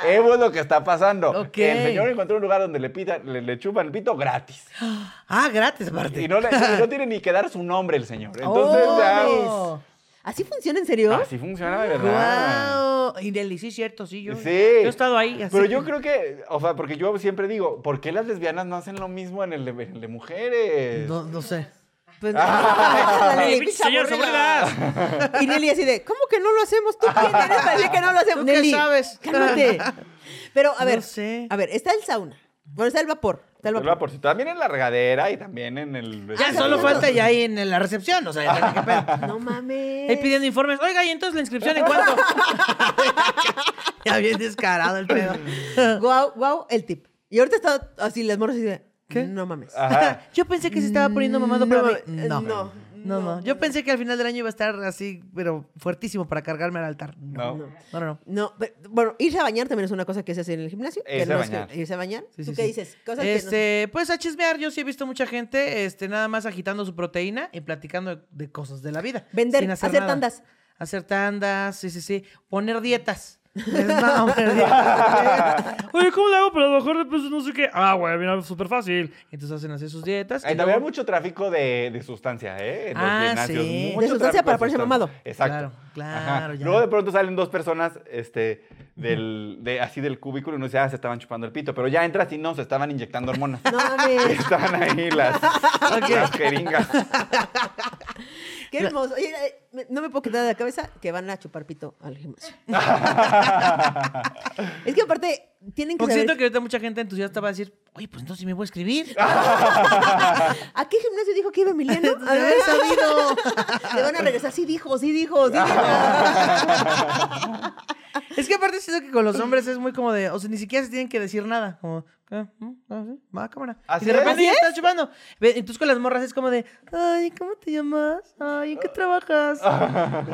Speaker 3: Eso es lo que está pasando.
Speaker 1: Ok.
Speaker 3: El señor encontró un lugar donde le, pita, le, le chupan el pito gratis.
Speaker 1: Ah, gratis, aparte.
Speaker 3: Y no, le- y no tiene ni que dar su nombre el señor. Entonces ya...
Speaker 1: Oh.
Speaker 2: ¿Así funciona en serio?
Speaker 3: Así funciona de verdad.
Speaker 1: Guau. Y Nelly, sí, cierto, sí. Yo,
Speaker 3: Sí.
Speaker 1: yo he estado ahí. así
Speaker 3: Pero yo creo que, o sea, porque yo siempre digo, ¿por qué las lesbianas no hacen lo mismo en el de, en el de mujeres?
Speaker 1: No, no sé.
Speaker 2: Pues,
Speaker 1: Ay,
Speaker 2: Nelly,
Speaker 1: pinche
Speaker 2: pinche
Speaker 1: señor
Speaker 2: aburrida.
Speaker 1: Sobrinas.
Speaker 2: Y Nelly así de, ¿cómo que no lo hacemos? ¿Tú quién eres para decir que no lo hacemos?
Speaker 1: ¿Tú qué
Speaker 2: Nelly,
Speaker 1: sabes?
Speaker 2: cálmate. Pero, a
Speaker 1: No
Speaker 2: ver,
Speaker 1: sé.
Speaker 2: a ver, está el sauna. Bueno, está el vapor. Está el
Speaker 3: Pero
Speaker 2: vapor.
Speaker 3: va por si- También en la regadera y también en el...
Speaker 1: Ya solo falta ya ahí en la recepción. O sea, ya qué pedo.
Speaker 2: No mames.
Speaker 1: Ahí pidiendo informes. Oiga, ¿y entonces la inscripción en cuánto? ya bien descarado el pedo.
Speaker 2: Guau, guau, el tip. Y ahorita está así, las morras así de, ¿qué? No mames.
Speaker 3: Ajá.
Speaker 1: Yo pensé Ah. que se estaba poniendo mamado, pero a mí- no.
Speaker 2: No,
Speaker 1: No,
Speaker 2: no,
Speaker 1: no.
Speaker 2: no,
Speaker 1: Yo pensé que al final del año iba a estar así, pero fuertísimo para cargarme al altar. No.
Speaker 3: No.
Speaker 1: No, no, no.
Speaker 2: No, pero, bueno, irse a bañar también es una cosa que se hace en el gimnasio. que
Speaker 3: Irse a
Speaker 2: no es que-
Speaker 3: bañar.
Speaker 2: irse a bañar.
Speaker 1: Sí, sí,
Speaker 2: ¿Tú qué
Speaker 1: sí.
Speaker 2: dices? Cosas que
Speaker 1: este, Pues a chismear, yo sí he visto mucha gente este, nada más agitando su proteína y platicando de, de cosas de la vida.
Speaker 2: Vender, hacer tandas.
Speaker 1: Hacer tandas, sí, sí, sí.
Speaker 6: Mm.
Speaker 1: Poner dietas. Es nada, poner dietas.
Speaker 6: Oye, ¿cómo le hago para bajar de peso? No sé qué. Ah, güey, mira, súper fácil.
Speaker 1: Entonces hacen así sus dietas. y
Speaker 3: Ahí también
Speaker 1: luego-
Speaker 3: hay mucho tráfico de, de sustancia, ¿eh? En los
Speaker 1: Ah,
Speaker 3: gimnasios,
Speaker 1: sí.
Speaker 3: mucho
Speaker 2: De sustancia para
Speaker 3: tráfico de
Speaker 2: ponerse
Speaker 3: sustancia.
Speaker 2: mamado.
Speaker 3: Exacto.
Speaker 1: Claro, claro,
Speaker 3: Ajá.
Speaker 1: ya.
Speaker 3: Luego de pronto salen dos personas este, del, de, así del cubículo y uno dice, ah, se estaban chupando el pito. Pero ya entras y no, se estaban inyectando hormonas.
Speaker 2: no... No mames.
Speaker 3: Estaban ahí las, las jeringas.
Speaker 2: Qué hermoso. Oye, eh, me- no me puedo quitar de la cabeza que van a chupar pito al gimnasio. es que aparte tienen que
Speaker 1: Porque
Speaker 2: saber
Speaker 1: siento que ahorita mucha gente entusiasta va a decir, oye, pues entonces sí me voy a escribir.
Speaker 3: Ah,
Speaker 2: ¿A qué gimnasio dijo que iba Emiliano?
Speaker 1: De haber sabido.
Speaker 2: Le van a regresar. Sí dijo, sí dijo, sí dijo.
Speaker 1: Es que aparte siento que con los hombres es muy como de, o sea, ni siquiera se tienen que decir nada. Como, ¿qué? ¿Mm? Ah, sí, va, cámara.
Speaker 3: Así
Speaker 1: y de
Speaker 3: es.
Speaker 1: repente
Speaker 3: Así
Speaker 1: ya estás chupando. Ve, Entonces con las morras es como de, ay, ¿cómo te llamas? Ay, ¿en qué trabajas?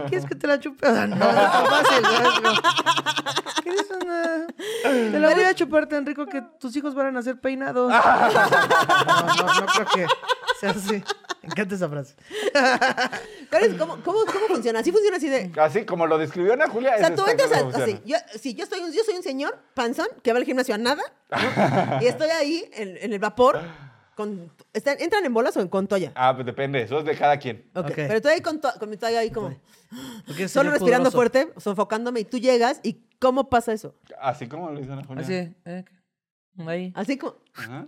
Speaker 1: ¿Quieres que te la chupe? O sea, no, no está fácil. ¿no? Es como, ¿Quieres una? Te la voy a chupar tan rico que tus hijos van a nacer peinados. No, no, no creo que sea así. Me encanta esa frase.
Speaker 2: ¿Cuál es- cómo, cómo, cómo funciona? Así funciona así de...
Speaker 3: Así como lo describió Ana Julia.
Speaker 2: O sea,
Speaker 3: es
Speaker 2: tú
Speaker 3: exacto
Speaker 2: entras
Speaker 3: como
Speaker 2: a-
Speaker 3: funciona.
Speaker 2: así. Yo, sí, yo, estoy un, yo soy un señor panzón que va al gimnasio a nada. ¿no? y estoy ahí en, en el vapor. Con, están- ¿Entran en bolas o en, con toalla?
Speaker 3: Ah, pues depende, eso es de cada quien.
Speaker 2: Ok,
Speaker 1: Ok.
Speaker 2: Pero estoy ahí con, to- con mi toalla ahí como...
Speaker 1: Porque es
Speaker 2: Solo
Speaker 1: señor
Speaker 2: respirando
Speaker 1: pudoroso.
Speaker 2: fuerte, sofocándome y tú llegas y ¿cómo pasa eso?
Speaker 3: Así como lo hizo Ana Julia.
Speaker 1: Así, eh, ahí.
Speaker 2: Así como...
Speaker 3: Ajá.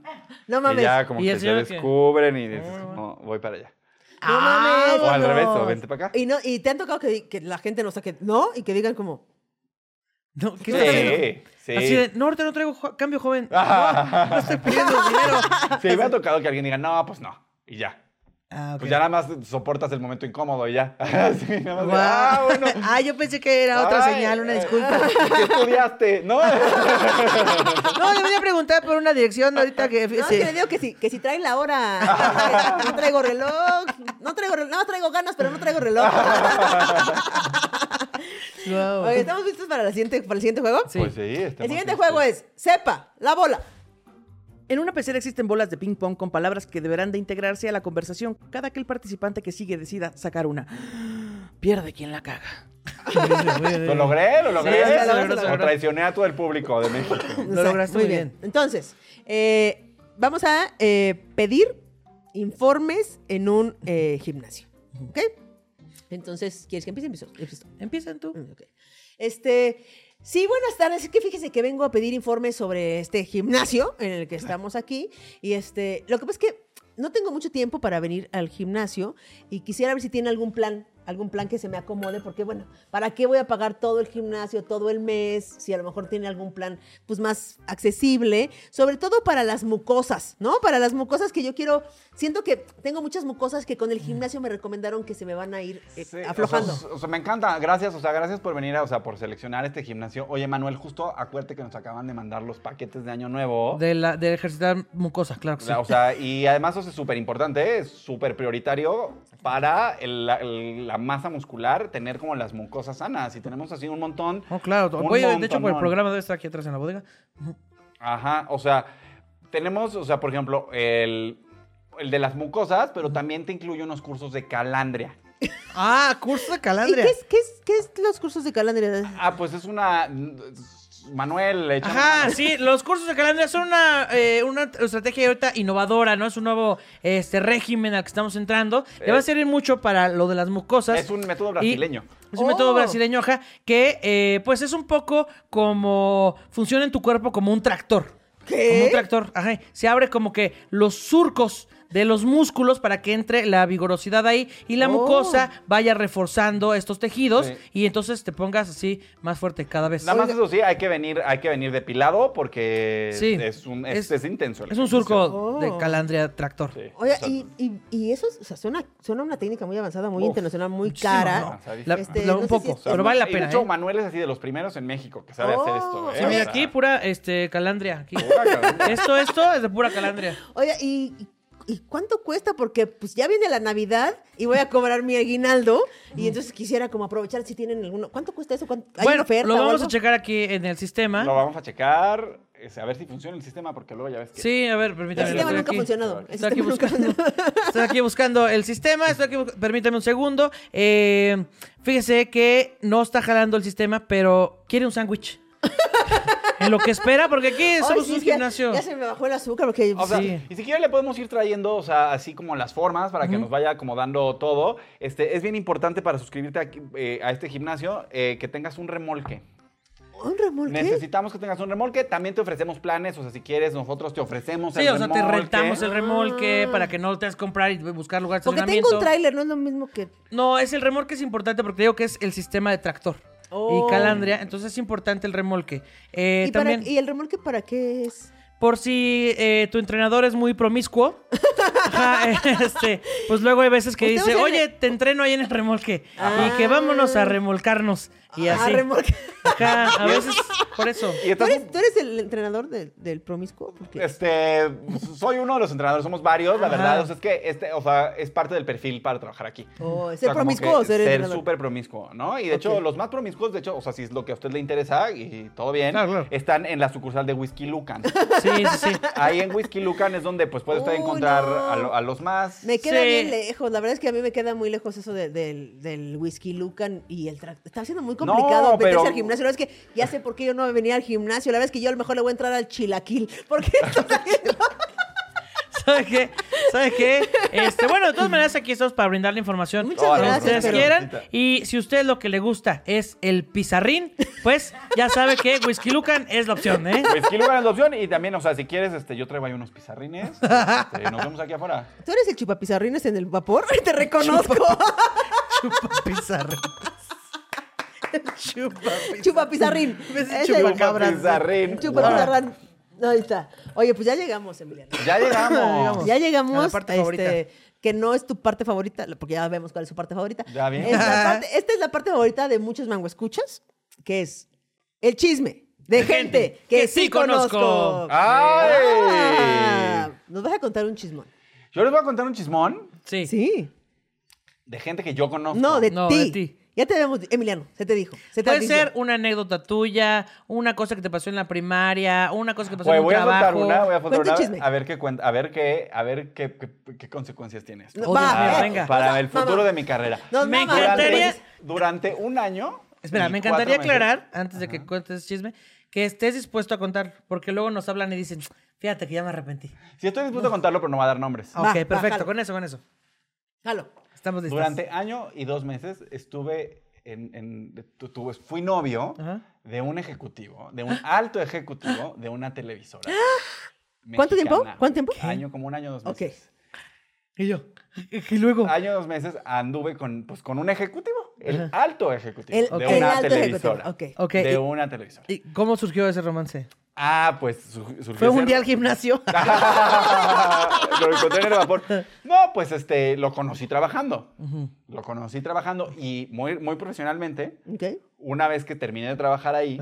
Speaker 2: No
Speaker 3: Y
Speaker 2: mames.
Speaker 3: ya como
Speaker 1: ¿Y el
Speaker 3: que se
Speaker 1: señor qué?
Speaker 3: descubren y dices, no, voy para allá.
Speaker 2: No mames.
Speaker 3: O al revés, o
Speaker 1: ¡Vámonos!
Speaker 3: vente para acá.
Speaker 2: Y, no, y te han tocado que, que la gente no saque, no, y que digan como,
Speaker 1: No, ¿qué estás haciendo?
Speaker 3: Sí, sí.
Speaker 1: Así de, no, ahorita no traigo jo- cambio joven. No, no estoy pidiendo dinero.
Speaker 3: Sí, me ha tocado que alguien diga, no, pues no. Y ya.
Speaker 1: Ah, ok.
Speaker 3: Pues ya nada más soportas el momento incómodo y ya. Así, nada más de,
Speaker 1: Guau.
Speaker 3: ah, bueno.
Speaker 1: Ah, yo pensé que era otra
Speaker 3: Ay,
Speaker 1: señal, una
Speaker 3: eh,
Speaker 1: disculpa.
Speaker 3: ¿Qué estudiaste? ¿No?
Speaker 1: No, debería preguntar por una dirección ahorita que...
Speaker 2: No, es
Speaker 1: sí.
Speaker 2: que le digo que si, que si trae la hora. No traigo reloj. No traigo reloj. No traigo ganas, pero no traigo reloj.
Speaker 1: Guau.
Speaker 2: Oye, ¿estamos listos para, la siguiente, para el siguiente juego?
Speaker 1: Sí.
Speaker 3: Pues sí, estamos
Speaker 2: El siguiente
Speaker 3: listos.
Speaker 2: juego es Sepa, la bola.
Speaker 5: En una pecera existen bolas de ping pong con palabras que deberán de integrarse a la conversación cada que el participante que sigue decida sacar una. Pierde quien la caga.
Speaker 3: Lo logré, lo logré.
Speaker 1: sí,
Speaker 2: lo logró, lo
Speaker 3: Lo
Speaker 1: logró.
Speaker 3: traicioné a todo el público de México.
Speaker 1: Lo lograste muy bien.
Speaker 2: Entonces, eh, vamos a eh, pedir informes en un eh, gimnasio. ¿Ok? Entonces, ¿quieres que empiece? Empiezo. Empiezo.
Speaker 1: Empiezan tú.
Speaker 2: Mm, ok. Este. Sí, buenas tardes. Es que fíjese que vengo a pedir informes sobre este gimnasio en el que estamos aquí. Y este, lo que pasa es que no tengo mucho tiempo para venir al gimnasio y quisiera ver si tiene algún plan, algún plan que se me acomode, porque bueno, ¿para qué voy a pagar todo el gimnasio, todo el mes? Si a lo mejor tiene algún plan pues más accesible, sobre todo para las mucosas, ¿no? Para las mucosas que yo quiero, siento que tengo muchas mucosas que con el gimnasio me recomendaron que se me van a ir eh,
Speaker 3: Sí, o sea,
Speaker 2: aflojando.
Speaker 3: O sea, me encanta. Gracias, o sea, gracias por venir, a- o sea, por seleccionar este gimnasio. Oye, Manuel, justo acuérdate que nos acaban de mandar los paquetes de Año Nuevo.
Speaker 1: De, la, de ejercitar mucosa, claro que sí.
Speaker 3: O sea, y además eso es súper importante, es súper prioritario para el- la, el- la masa muscular tener como las mucosas sanas. Y tenemos así un montón.
Speaker 1: Oh, claro.
Speaker 3: un
Speaker 1: Voy, de hecho, por el
Speaker 3: montonón.
Speaker 1: programa debe estar aquí atrás en la bodega.
Speaker 3: Ajá, o sea, tenemos, o sea, por ejemplo, el, el de las mucosas, pero también te incluye unos cursos de calandria.
Speaker 1: Ah, curso de
Speaker 2: ¿Y
Speaker 1: calandria.
Speaker 2: qué es, qué, es, qué es los cursos de calandria?
Speaker 3: Ah, pues es una... Manuel, échame
Speaker 1: Ajá, sí, los cursos de calandria son una, eh, una estrategia ahorita innovadora, ¿no? Es un nuevo este, régimen al que estamos entrando. Le va a servir mucho para lo de las mucosas.
Speaker 3: Eh. Es un método
Speaker 1: Y-
Speaker 3: brasileño.
Speaker 1: es un método
Speaker 2: Oh.
Speaker 1: brasileño, ajá, que eh, pues es un poco como funciona en tu cuerpo como un tractor.
Speaker 2: ¿Qué?
Speaker 1: Como un tractor, ajá. Se abre como que los surcos de los músculos para que entre la vigorosidad ahí y la
Speaker 2: Oh.
Speaker 1: mucosa vaya reforzando estos tejidos
Speaker 3: Sí.
Speaker 1: y entonces te pongas así más fuerte cada vez.
Speaker 3: Nada más eso sí, hay que venir, hay que venir depilado porque
Speaker 1: Sí.
Speaker 3: es un
Speaker 1: Es-
Speaker 3: es, es intenso. el
Speaker 1: Es un
Speaker 3: ejercicio.
Speaker 1: surco
Speaker 2: Oh.
Speaker 1: de calandria tractor.
Speaker 3: Sí,
Speaker 2: Oye,
Speaker 3: exacto.
Speaker 2: y, y, y eso es- o sea, suena, suena una técnica muy avanzada, muy
Speaker 3: Uf,
Speaker 2: internacional, muy
Speaker 1: Muchísimo,
Speaker 2: cara.
Speaker 1: ¿no?
Speaker 3: Este,
Speaker 1: La-
Speaker 2: no
Speaker 1: la-
Speaker 2: sé
Speaker 1: un
Speaker 2: si
Speaker 1: poco,
Speaker 2: es-
Speaker 3: O sea,
Speaker 1: pero vale la
Speaker 3: y
Speaker 1: pena.
Speaker 3: De hecho,
Speaker 1: ¿eh?
Speaker 3: Manuel es así de los primeros en México que sabe
Speaker 2: Oh.
Speaker 3: hacer esto. ¿eh?
Speaker 1: Sí,
Speaker 3: O
Speaker 1: mira,
Speaker 3: sea,
Speaker 1: aquí pura este, calandria. aquí.
Speaker 3: pura calandria.
Speaker 1: esto, esto es de pura calandria.
Speaker 2: Oye, ¿y, y- y cuánto cuesta? Porque pues ya viene la Navidad y voy a cobrar mi aguinaldo y entonces quisiera como aprovechar si tienen alguno. ¿Cuánto cuesta eso? ¿Cuánto- ¿Hay una
Speaker 1: Bueno,
Speaker 2: oferta
Speaker 1: lo
Speaker 2: o
Speaker 1: vamos
Speaker 2: algo?
Speaker 1: a checar aquí en el sistema.
Speaker 3: Lo vamos a checar, es, a ver si funciona el sistema porque luego ya ves que...
Speaker 1: Sí, a ver,
Speaker 2: El
Speaker 1: permítame.
Speaker 2: sistema
Speaker 1: estoy
Speaker 2: nunca ha
Speaker 1: aquí.
Speaker 2: funcionado. El
Speaker 1: Estoy aquí
Speaker 2: sistema nunca ha
Speaker 1: buscando.
Speaker 2: funcionado.
Speaker 1: Estoy aquí buscando el sistema. Estoy aquí bu- Permítame un segundo. Eh, fíjese que no está jalando el sistema, pero quiere un sándwich. en lo que espera, porque aquí
Speaker 2: Ay,
Speaker 1: somos
Speaker 2: sí,
Speaker 1: un
Speaker 2: ya-
Speaker 1: gimnasio.
Speaker 2: Ya, se me bajó el azúcar porque... pues,
Speaker 3: O sea,
Speaker 1: Sí.
Speaker 3: y si quiere le podemos ir trayendo, o sea, así como las formas para que nos vaya acomodando todo. Este, es bien importante para suscribirte aquí, eh, a este gimnasio eh, que tengas un remolque.
Speaker 2: ¿Un remolque?
Speaker 3: Necesitamos que tengas un remolque. También te ofrecemos planes, o sea, si quieres, nosotros te ofrecemos
Speaker 1: Sí,
Speaker 3: el
Speaker 1: o sea,
Speaker 3: remolque.
Speaker 1: te rentamos el remolque
Speaker 2: Ah.
Speaker 1: para que no tengas que comprar y buscar lugar de
Speaker 2: Porque
Speaker 1: estacionamiento.
Speaker 2: tengo un tráiler, no es lo mismo que...
Speaker 1: No, es el remolque es importante porque te digo que es el sistema de tractor.
Speaker 2: Oh.
Speaker 1: Y calandria, entonces es importante el remolque. Eh,
Speaker 2: ¿Y, para-
Speaker 1: también,
Speaker 2: ¿Y el remolque para qué es?
Speaker 1: por si eh, tu entrenador es muy promiscuo, ajá, eh, este, pues luego hay veces que
Speaker 2: Usted
Speaker 1: dice,
Speaker 2: usa el-
Speaker 1: oye, te entreno ahí en el remolque
Speaker 2: Ah.
Speaker 1: y que vámonos a remolcarnos. Y
Speaker 2: Ah,
Speaker 1: así.
Speaker 2: remolque.
Speaker 1: Ajá, a veces, por eso.
Speaker 3: Y
Speaker 2: ¿Tú
Speaker 3: estás-
Speaker 2: eres, tú eres el entrenador de- del promiscuo? Porque-
Speaker 3: Este, soy uno de los entrenadores, somos varios, la
Speaker 1: Ajá.
Speaker 3: verdad. O sea, es que este, o sea, es parte del perfil para trabajar aquí.
Speaker 2: Oh,
Speaker 3: O sea,
Speaker 2: ser
Speaker 3: como que
Speaker 2: promiscuo o ser
Speaker 3: Ser
Speaker 2: entrenador.
Speaker 3: súper promiscuo, ¿no? Y de hecho,
Speaker 2: Ok.
Speaker 3: los más promiscuos, de hecho, o sea, si es lo que a usted le interesa y todo bien,
Speaker 2: Ah,
Speaker 1: Claro, claro.
Speaker 3: están en la sucursal de Whisky Lucan.
Speaker 1: Sí, sí, sí.
Speaker 3: Ahí en Whisky Lucan es donde pues puede usted
Speaker 2: Uy,
Speaker 3: encontrar
Speaker 2: no.
Speaker 3: a, lo- a los más.
Speaker 2: Me queda
Speaker 1: Sí.
Speaker 2: bien lejos. La verdad es que a mí me queda muy lejos eso de- del, del whisky Lucan y el track. Está siendo muy complicado
Speaker 3: No,
Speaker 2: meterse
Speaker 3: pero-
Speaker 2: al gimnasio. La verdad es que ya sé por qué yo no venía al gimnasio. La verdad es que yo a lo mejor le voy a entrar al chilaquil. Porque esto
Speaker 1: ¿Sabe qué? ¿Sabe qué? Este, bueno, de todas maneras, aquí estamos para brindarle información.
Speaker 2: Muchas
Speaker 1: Todas
Speaker 3: gracias,
Speaker 1: ustedes
Speaker 3: pero-
Speaker 1: quieran. Y si usted lo que le gusta es el pizarrín, pues ya sabe que Whisky Lucan es la opción, ¿eh?
Speaker 3: Whisky Lucan es la opción y también, o sea, si quieres, este, yo traigo ahí unos pizarrines. Este, nos vemos aquí afuera.
Speaker 2: ¿Tú eres el chupapizarrines en el vapor? Te reconozco.
Speaker 1: Chupa pizarrín. Chupa pizarrín.
Speaker 2: Chupapizarrín.
Speaker 1: Me dice
Speaker 2: Es
Speaker 1: chupa
Speaker 2: el-
Speaker 1: cabras.
Speaker 3: Pizarrín.
Speaker 2: Chupapizarrán. No, ahí está. Oye, pues ya llegamos, Emiliano.
Speaker 3: Ya llegamos.
Speaker 2: Ya llegamos.
Speaker 1: A la parte
Speaker 2: este,
Speaker 1: favorita.
Speaker 2: Que no es tu parte favorita, porque ya vemos cuál es su parte favorita.
Speaker 3: Ya bien.
Speaker 2: Es la parte- esta es la parte favorita de muchos mango escuchas, que es el chisme de, gente, que, sí conozco.
Speaker 3: ¡Ay!
Speaker 2: Ah, Nos vas a contar un chismón.
Speaker 3: Yo les voy a contar un chismón
Speaker 7: Sí.
Speaker 2: Sí.
Speaker 3: de gente que yo conozco.
Speaker 2: No, de
Speaker 7: No, de
Speaker 2: ti.
Speaker 7: ti.
Speaker 2: Ya te habíamos, Emiliano, se te dijo. Se te
Speaker 1: Puede
Speaker 2: avisó.
Speaker 1: ser una anécdota tuya, una cosa que te pasó en la primaria, una cosa que pasó
Speaker 3: Güey,
Speaker 1: en un
Speaker 3: voy a
Speaker 1: trabajo.
Speaker 3: soltar una, voy a soltar
Speaker 2: Cuenta un
Speaker 3: una,
Speaker 2: chisme.
Speaker 3: A ver qué cuenta, a ver qué, a ver qué, qué- qué consecuencias tiene esto. Ah,
Speaker 2: No,
Speaker 1: Oh, Dios mío,
Speaker 2: eh,
Speaker 1: venga.
Speaker 3: Para
Speaker 2: no,
Speaker 3: el futuro
Speaker 2: mamá.
Speaker 3: de mi carrera.
Speaker 2: Nos
Speaker 1: Me
Speaker 2: mama.
Speaker 1: encantaría-
Speaker 3: Durante, durante un año.
Speaker 1: Espera,
Speaker 3: y
Speaker 1: me encantaría
Speaker 3: cuatro meses-
Speaker 1: aclarar, antes de que cuentes ese chisme, que estés dispuesto a contar, porque luego nos hablan y dicen, fíjate que ya me arrepentí.
Speaker 3: Sí, estoy dispuesto a contarlo, pero no va a dar nombres.
Speaker 1: Ok,
Speaker 2: Va,
Speaker 1: perfecto,
Speaker 2: bájalo.
Speaker 1: con eso, con eso.
Speaker 2: Jalo.
Speaker 1: Estamos listos.
Speaker 3: Durante año y dos meses estuve en, en- tu- tu- fui novio
Speaker 1: Ajá.
Speaker 3: de un ejecutivo, de un alto ejecutivo de una televisora.
Speaker 2: ¿Cuánto tiempo?
Speaker 3: mexicana.
Speaker 2: ¿Cuánto tiempo?
Speaker 3: Año, como un año, dos
Speaker 2: Ok.
Speaker 3: meses.
Speaker 1: Y yo, y luego,
Speaker 3: Año, dos meses anduve con, pues, con un ejecutivo, el alto ejecutivo
Speaker 2: El,
Speaker 3: de
Speaker 2: el
Speaker 3: una
Speaker 2: alto
Speaker 3: televisora.
Speaker 2: ejecutivo. Ok.
Speaker 1: ok,
Speaker 3: De
Speaker 1: y-
Speaker 3: una televisora.
Speaker 1: ¿y cómo surgió ese romance?
Speaker 3: Ah, pues su- surgió
Speaker 1: ¿Fue un
Speaker 3: ese-
Speaker 1: día al gimnasio?
Speaker 3: lo encontré en el vapor. No, pues este, lo conocí trabajando. Lo conocí trabajando y muy, muy profesionalmente.
Speaker 2: Ok.
Speaker 3: Una vez que terminé de trabajar ahí,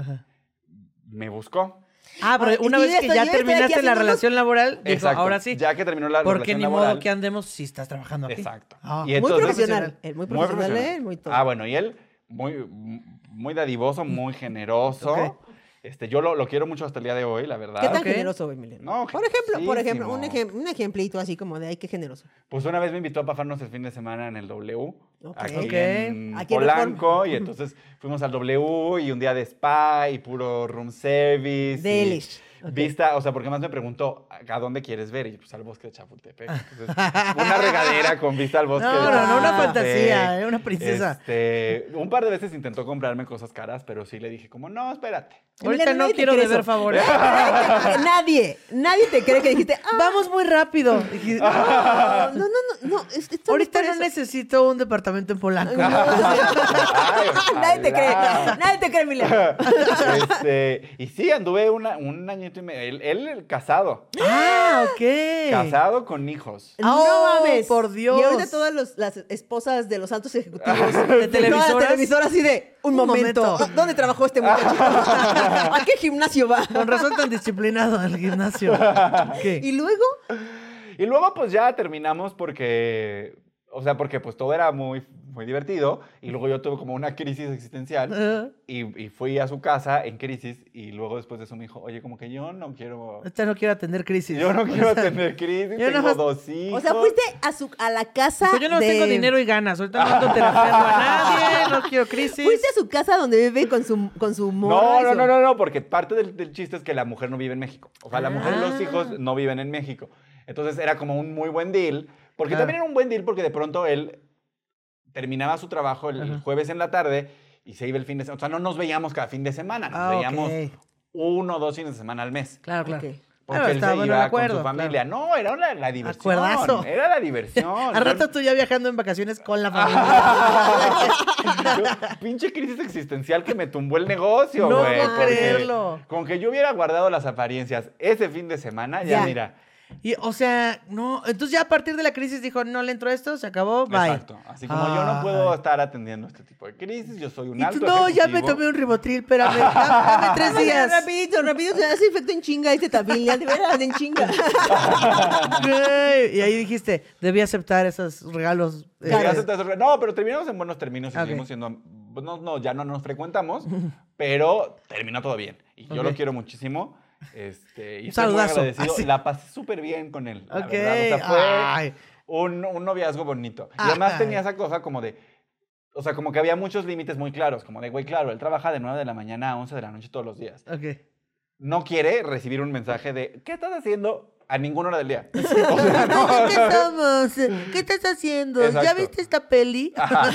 Speaker 3: me buscó.
Speaker 1: Ah,
Speaker 2: Ah,
Speaker 1: pero una
Speaker 2: y yo
Speaker 1: vez que
Speaker 2: estoy-
Speaker 1: ya
Speaker 2: yo estoy aquí
Speaker 1: terminaste la
Speaker 2: haciéndolo.
Speaker 1: relación laboral, dijo,
Speaker 3: Exacto.
Speaker 1: ahora sí.
Speaker 3: Ya que terminó la
Speaker 1: porque
Speaker 3: relación
Speaker 1: ni
Speaker 3: laboral.
Speaker 1: modo que andemos si estás trabajando aquí.
Speaker 3: Exacto.
Speaker 1: Ah.
Speaker 3: Y
Speaker 2: Muy
Speaker 3: entonces-
Speaker 2: profesional. Él muy profesional,
Speaker 3: profesional.
Speaker 2: él muy todo.
Speaker 3: Ah, bueno, y él muy, muy dadivoso, muy generoso.
Speaker 1: Ok.
Speaker 3: Este, yo lo, lo quiero mucho hasta el día de hoy, la verdad.
Speaker 2: ¿Qué tan
Speaker 1: ok.
Speaker 2: generoso, Emiliano?
Speaker 3: No,
Speaker 2: por ejemplo, por ejemplo, un,
Speaker 3: generosísimo.
Speaker 2: ejem- un ejemplito así como de ay, qué generoso.
Speaker 3: Pues una vez me invitó a pasarnos el fin de semana en el W.
Speaker 2: Ok.
Speaker 3: Aquí
Speaker 1: Ok.
Speaker 3: en
Speaker 2: Aquí en
Speaker 3: Polanco.
Speaker 2: Reforma.
Speaker 3: y entonces fuimos al W y un día de spa y puro room service. y
Speaker 2: Delish. Ok.
Speaker 3: Vista, o sea, porque más me preguntó, ¿a dónde quieres ver? Y yo, pues al bosque de Chapultepec. Entonces, una regadera con vista al bosque
Speaker 1: No, no,
Speaker 3: de
Speaker 1: no, una
Speaker 3: Chapultepec.
Speaker 1: fantasía, eh, una princesa.
Speaker 3: Este, un par de veces intentó comprarme cosas caras, pero sí le dije como, no, espérate.
Speaker 1: Ahorita
Speaker 2: Emiliano,
Speaker 1: no
Speaker 2: nadie te
Speaker 1: quiero
Speaker 2: cree
Speaker 1: deber
Speaker 2: eso.
Speaker 1: favores.
Speaker 2: nadie, nadie te cree que dijiste, ah,
Speaker 1: Vamos muy rápido. Dije, "Ah,
Speaker 2: No, no, no, no. es- esto no
Speaker 1: Ahorita
Speaker 2: es
Speaker 1: no
Speaker 2: por eso.
Speaker 1: necesito un departamento en Polanco.
Speaker 3: Ay,
Speaker 2: Nadie te cree.
Speaker 3: ojalá.
Speaker 2: Nadie te cree, Emiliano.
Speaker 3: Este, y sí, anduve una- un añito y medio. Él, él, él casado.
Speaker 1: Ah, ok.
Speaker 3: Casado con hijos.
Speaker 1: Oh,
Speaker 2: no mames.
Speaker 1: por Dios.
Speaker 2: Y ahorita todas los- las esposas de los altos ejecutivos
Speaker 1: De televisoras.
Speaker 2: todas las televisoras así de un,
Speaker 1: Un
Speaker 2: momento.
Speaker 1: momento.
Speaker 2: ¿Dónde trabajó este muchacho? ¿A qué gimnasio va?
Speaker 1: Con razón tan disciplinado al gimnasio. Ok.
Speaker 2: Y luego,
Speaker 3: Y luego, pues ya terminamos porque. O sea, porque pues todo era muy, muy divertido. Y luego yo tuve como una crisis existencial.
Speaker 1: Ah,
Speaker 3: Y, y fui a su casa en crisis. Y luego después de eso me dijo, oye, como que yo no quiero.
Speaker 1: Ahorita este no quiero atender crisis.
Speaker 3: Yo no quiero tener crisis.
Speaker 1: yo nada
Speaker 3: Tengo
Speaker 1: más-
Speaker 3: dos hijos.
Speaker 2: o sea, fuiste a, su, a la casa.
Speaker 1: Pues yo no
Speaker 2: de-
Speaker 1: tengo dinero y ganas. Ahorita no ando terapeando a nadie. No quiero crisis.
Speaker 2: Fuiste a su casa donde vive con su, con su morra
Speaker 3: No,
Speaker 2: y
Speaker 3: no,
Speaker 2: su-
Speaker 3: no, no, no, porque parte del, del chiste es que la mujer no vive en México. O sea, la mujer y los
Speaker 1: Ah.
Speaker 3: hijos no viven en México. Entonces era como un muy buen deal. Porque
Speaker 1: Claro.
Speaker 3: también era un buen deal porque de pronto él terminaba su trabajo el, el jueves en la tarde y se iba el fin de semana. O sea, no nos veíamos cada fin de semana, nos
Speaker 1: Ah, ok.
Speaker 3: veíamos uno o dos fines de semana al mes.
Speaker 1: Claro, claro.
Speaker 2: Ok.
Speaker 3: Porque
Speaker 1: Claro,
Speaker 3: él
Speaker 1: estaba
Speaker 3: se
Speaker 1: bueno el
Speaker 3: iba
Speaker 1: acuerdo,
Speaker 3: con su familia. No, era la, la diversión.
Speaker 1: Acuerdazo.
Speaker 3: Era la diversión.
Speaker 1: Al
Speaker 3: Yo-
Speaker 1: rato tú ya viajando en vacaciones con la familia.
Speaker 3: Yo- pinche crisis existencial que me tumbó el negocio,
Speaker 1: No
Speaker 3: güey.
Speaker 1: puedo
Speaker 3: porque
Speaker 1: creerlo.
Speaker 3: Con que yo hubiera guardado las apariencias ese fin de semana, ya,
Speaker 2: Ya.
Speaker 3: mira.
Speaker 1: Y, o sea, no. Entonces ya a partir de la crisis dijo, no le entró esto, se acabó, bye.
Speaker 3: Exacto. Así como yo no puedo
Speaker 1: Ay.
Speaker 3: estar atendiendo este tipo de crisis, yo soy un
Speaker 1: Y
Speaker 3: alto
Speaker 1: tú, no, ya me
Speaker 3: ejecutivo".
Speaker 1: tomé un ribotril, espérame, dame, dame tres
Speaker 2: Ay,
Speaker 1: días.
Speaker 2: Rapidito, rapidito, se hace efecto en chinga este tabilán, de veras, en chinga.
Speaker 1: Güey, Y ahí dijiste, debí aceptar esos regalos. eh,
Speaker 3: Y gracias a eso- No, pero terminamos en buenos términos y
Speaker 1: Ok.
Speaker 3: seguimos siendo. pues, No, no, ya no nos frecuentamos, pero terminó todo bien. Y yo lo
Speaker 1: Ok.
Speaker 3: quiero muchísimo. Este, y
Speaker 1: Un
Speaker 3: estoy muy
Speaker 1: saludazo.
Speaker 3: agradecido.
Speaker 1: Así.
Speaker 3: La pasé súper bien con él. la
Speaker 1: Ok,
Speaker 3: verdad. O sea, fue
Speaker 1: ay.
Speaker 3: un, un noviazgo bonito. Y
Speaker 1: Ay.
Speaker 3: además tenía esa cosa como de. O sea, como que había muchos límites muy claros. Como de, güey, claro, él trabaja de 9 de la mañana a 11 de la noche todos los días.
Speaker 1: Ok.
Speaker 3: No quiere recibir un mensaje de, ¿qué estás haciendo? A ninguna hora del día.
Speaker 1: ¿Dónde estamos? ¿Qué estás haciendo? ¿Ya
Speaker 3: Exacto.
Speaker 1: viste esta peli?
Speaker 3: Ajá.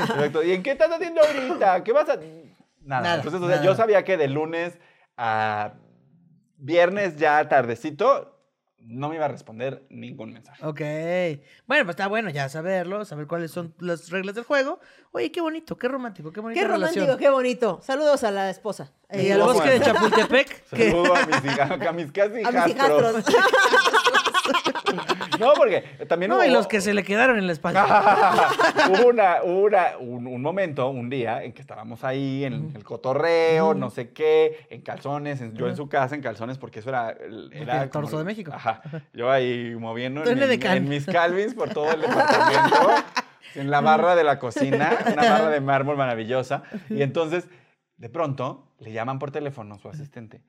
Speaker 3: Exacto. ¿Y en qué estás haciendo ahorita? ¿Qué vas a.? Nada.
Speaker 1: Nada,
Speaker 3: Entonces, o sea,
Speaker 1: nada.
Speaker 3: yo sabía que de lunes a viernes ya tardecito no me iba a responder ningún mensaje.
Speaker 1: Ok. Bueno, pues está bueno ya saberlo, saber cuáles son las reglas del juego. Oye, qué bonito, qué romántico, qué bonita
Speaker 2: Qué romántico,
Speaker 1: relación.
Speaker 2: qué bonito. Saludos a la esposa. Eh,
Speaker 1: Y al
Speaker 3: Saludos,
Speaker 1: bosque de
Speaker 3: bueno.
Speaker 1: Chapultepec. que-
Speaker 3: Saludo a mis, hija- a mis casi
Speaker 2: a mis
Speaker 3: hijastros.
Speaker 2: hijastros.
Speaker 3: No, porque también
Speaker 1: No,
Speaker 3: hubo,
Speaker 1: y los que se le quedaron en la espalda.
Speaker 3: hubo una, hubo una- un, un momento, un día, en que estábamos ahí en el cotorreo, no sé qué, en calzones, en- yo en su casa en calzones, porque eso era... el- era
Speaker 1: el torso
Speaker 3: como-
Speaker 1: de México.
Speaker 3: Ajá, yo ahí moviendo en,
Speaker 1: Duende de
Speaker 3: en-
Speaker 1: cal.
Speaker 3: en mis calvins por todo el departamento, en la barra de la cocina, una barra de mármol maravillosa. Y entonces, de pronto, le llaman por teléfono a su asistente.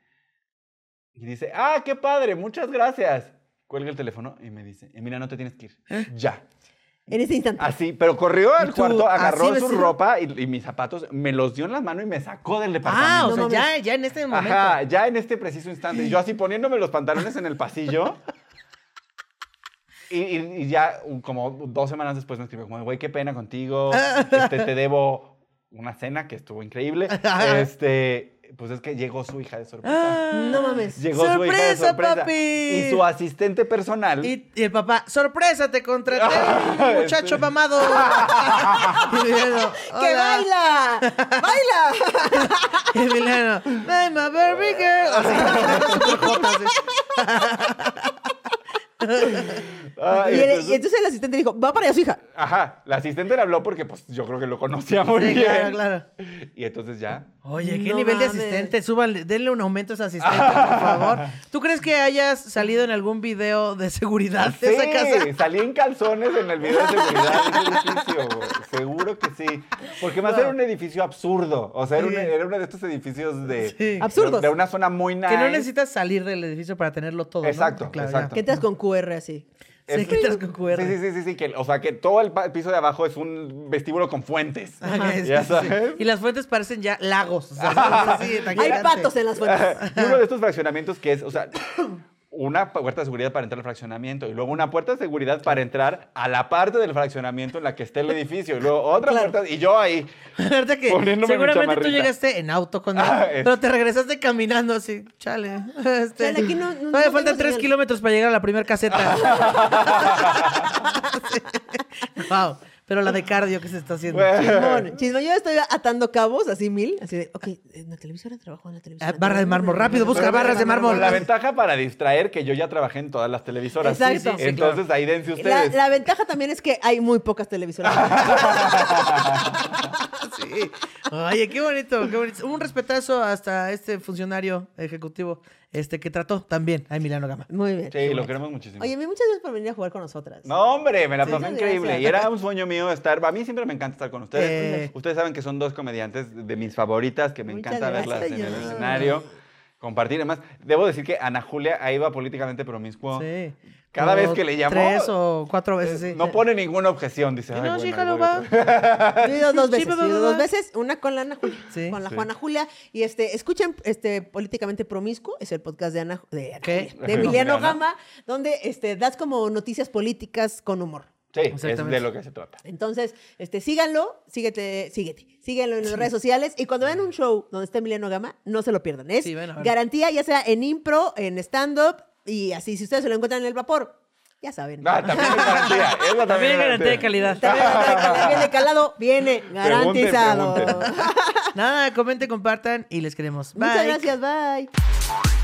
Speaker 3: Y dice, ah, qué padre, muchas gracias. Cuelga el teléfono y me dice, "Eh, mira, no te tienes que ir. Ya.
Speaker 2: En ese
Speaker 1: Ah.
Speaker 2: instante.
Speaker 3: Así, pero corrió al
Speaker 1: tú,
Speaker 3: cuarto,
Speaker 1: así
Speaker 3: agarró su
Speaker 1: vestido?
Speaker 3: ropa y, y mis zapatos, me los dio en la mano y me sacó del
Speaker 1: Ah,
Speaker 3: departamento.
Speaker 1: o sea,
Speaker 2: No mames.
Speaker 1: ya, ya en este momento.
Speaker 3: Ajá, ya en este preciso instante. Y Yo así poniéndome los pantalones en el pasillo. Y, y- y ya un- como dos semanas después me escribió como, güey, qué pena contigo. Este, te debo una cena que estuvo increíble. Este, pues es que llegó su hija de sorpresa.
Speaker 2: No mames.
Speaker 3: Llegó su hija de
Speaker 1: Ah, ¡sorpresa,
Speaker 3: sorpresa.
Speaker 1: papi!
Speaker 3: Y su asistente personal.
Speaker 1: Y, y el papá, sorpresa, te contraté, muchacho mamado. Emiliano,
Speaker 2: ¡Que
Speaker 1: hola.
Speaker 2: baila! ¡Baila!
Speaker 1: Emiliano, I'm a Barbie girl. Así, con jotas, así.
Speaker 3: Ah,
Speaker 2: y, el- y entonces, el asistente dijo, va para allá su hija.
Speaker 3: Ajá, la asistente le habló porque pues yo creo que lo conocía muy
Speaker 1: Sí,
Speaker 3: bien.
Speaker 1: claro, claro.
Speaker 3: Y entonces ya.
Speaker 1: Oye, qué
Speaker 2: No
Speaker 1: nivel de
Speaker 2: mames.
Speaker 1: asistente. Súbanle, denle un aumento a ese asistente, por favor. ¿Tú crees que hayas salido en algún video de seguridad de esa casa?
Speaker 3: Sí, salí en calzones en el video de seguridad de ese edificio. güey. Seguro que sí. Porque más era un edificio absurdo. O sea, era, un- era uno de estos edificios de...
Speaker 1: Sí.
Speaker 2: Absurdos.
Speaker 3: De una zona muy nice.
Speaker 1: Que no necesitas salir del edificio para tenerlo todo. ¿no?
Speaker 3: Exacto,
Speaker 1: ya.
Speaker 3: exacto.
Speaker 2: ¿Qué te das con QR así?
Speaker 1: Sí,
Speaker 3: Es-
Speaker 1: que estás con QR.
Speaker 3: Sí, sí, sí, sí, sí, que, o sea, que todo el pa- piso de abajo es un vestíbulo con fuentes.
Speaker 1: Ajá, es-
Speaker 3: Ya
Speaker 1: sí.
Speaker 3: sabes.
Speaker 1: Y las fuentes parecen ya lagos. o sea, son así, tan
Speaker 2: Hay
Speaker 1: gigantes.
Speaker 2: patos en las fuentes.
Speaker 3: Y uno de estos fraccionamientos que es, o sea, una puerta de seguridad para entrar al fraccionamiento y luego una puerta de seguridad para entrar a la parte del fraccionamiento en la que esté el edificio y luego otra puerta y yo ahí.
Speaker 1: Ahorita que
Speaker 3: Poniéndome mi
Speaker 1: seguramente tú
Speaker 3: chamarrita.
Speaker 1: llegaste en auto con
Speaker 3: Ah, es-
Speaker 1: pero te regresaste caminando así, chale. Este,
Speaker 2: Chale, aquí no- no-
Speaker 1: todavía
Speaker 2: no
Speaker 1: faltan
Speaker 2: tengo
Speaker 1: tres
Speaker 2: señal.
Speaker 1: kilómetros para llegar a la primera caseta. Wow, pero la de cardio que se está haciendo.
Speaker 2: Chismón, chismón. Yo estoy atando cabos, así mil, así de, ok, en la televisora trabajo, en la
Speaker 1: Ah,
Speaker 2: televisora.
Speaker 1: barra de mármol, rápido, busca
Speaker 3: Pero
Speaker 1: barras de mármol.
Speaker 3: La ventaja para distraer que yo ya trabajé en todas las televisoras.
Speaker 2: Exacto. Sí, sí, sí,
Speaker 3: Entonces ahí dense
Speaker 2: La,
Speaker 3: ustedes.
Speaker 2: la ventaja también es que hay muy pocas televisoras.
Speaker 1: Sí. Oye, qué bonito, qué bonito. Un respetazo hasta este funcionario ejecutivo este que trató también a Emiliano Gama.
Speaker 2: Muy bien.
Speaker 3: Sí, lo queremos muchísimo.
Speaker 2: Oye, mi, muchas gracias por venir a jugar con nosotras.
Speaker 3: No, hombre, me la
Speaker 2: Sí.
Speaker 3: pasé
Speaker 2: Muchas
Speaker 3: increíble.
Speaker 2: gracias.
Speaker 3: Y era un sueño mío estar. A mí siempre me encanta estar con ustedes.
Speaker 1: Eh.
Speaker 3: Ustedes saben que son dos comediantes de mis favoritas, que me
Speaker 2: Muchas
Speaker 3: encanta verlas en
Speaker 2: gracias.
Speaker 3: el escenario. Compartir. Además, debo decir que Ana Julia ahí va políticamente promiscuo.
Speaker 1: Sí.
Speaker 3: Cada
Speaker 1: Como
Speaker 3: vez que le llamó, eh,
Speaker 1: Tres o cuatro veces, sí. Eh,
Speaker 3: No pone ninguna objeción, dice.
Speaker 1: Y
Speaker 3: "Ay,
Speaker 1: no,
Speaker 3: bueno,
Speaker 1: sí,
Speaker 3: ahí
Speaker 1: jalo,
Speaker 3: voy
Speaker 1: va.
Speaker 3: otra vez".
Speaker 2: Yo he ido dos
Speaker 1: Sí,
Speaker 2: veces,
Speaker 1: va,
Speaker 2: yo he ido
Speaker 1: va, va.
Speaker 2: dos veces, una con la Ana Julia,
Speaker 1: Sí.
Speaker 2: con la Juana Julia, y este, escuchen este políticamente promiscuo, es el podcast de Ana, Ju- de, Ana
Speaker 1: ¿Qué?
Speaker 2: Julia, de Emiliano
Speaker 3: Emiliano.
Speaker 2: Gama, donde este das como noticias políticas con humor.
Speaker 3: Sí, es
Speaker 1: Exactamente.
Speaker 3: de lo que se trata.
Speaker 2: Entonces, este, síganlo, síguete, síguete, síganlo en las redes sociales y cuando vean un show donde está Emiliano Gama, no se lo pierdan, es
Speaker 1: Sí, ven a ver.
Speaker 2: garantía ya sea en impro, en stand up y así si ustedes se lo encuentran en el vapor, ya saben.
Speaker 3: Ah, también es garantía. es la
Speaker 1: También hay garantía de calidad.
Speaker 2: También viene calado, viene garantizado.
Speaker 3: pregunten.
Speaker 1: Nada, comenten, compartan y les queremos. Bye.
Speaker 2: Muchas gracias, bye.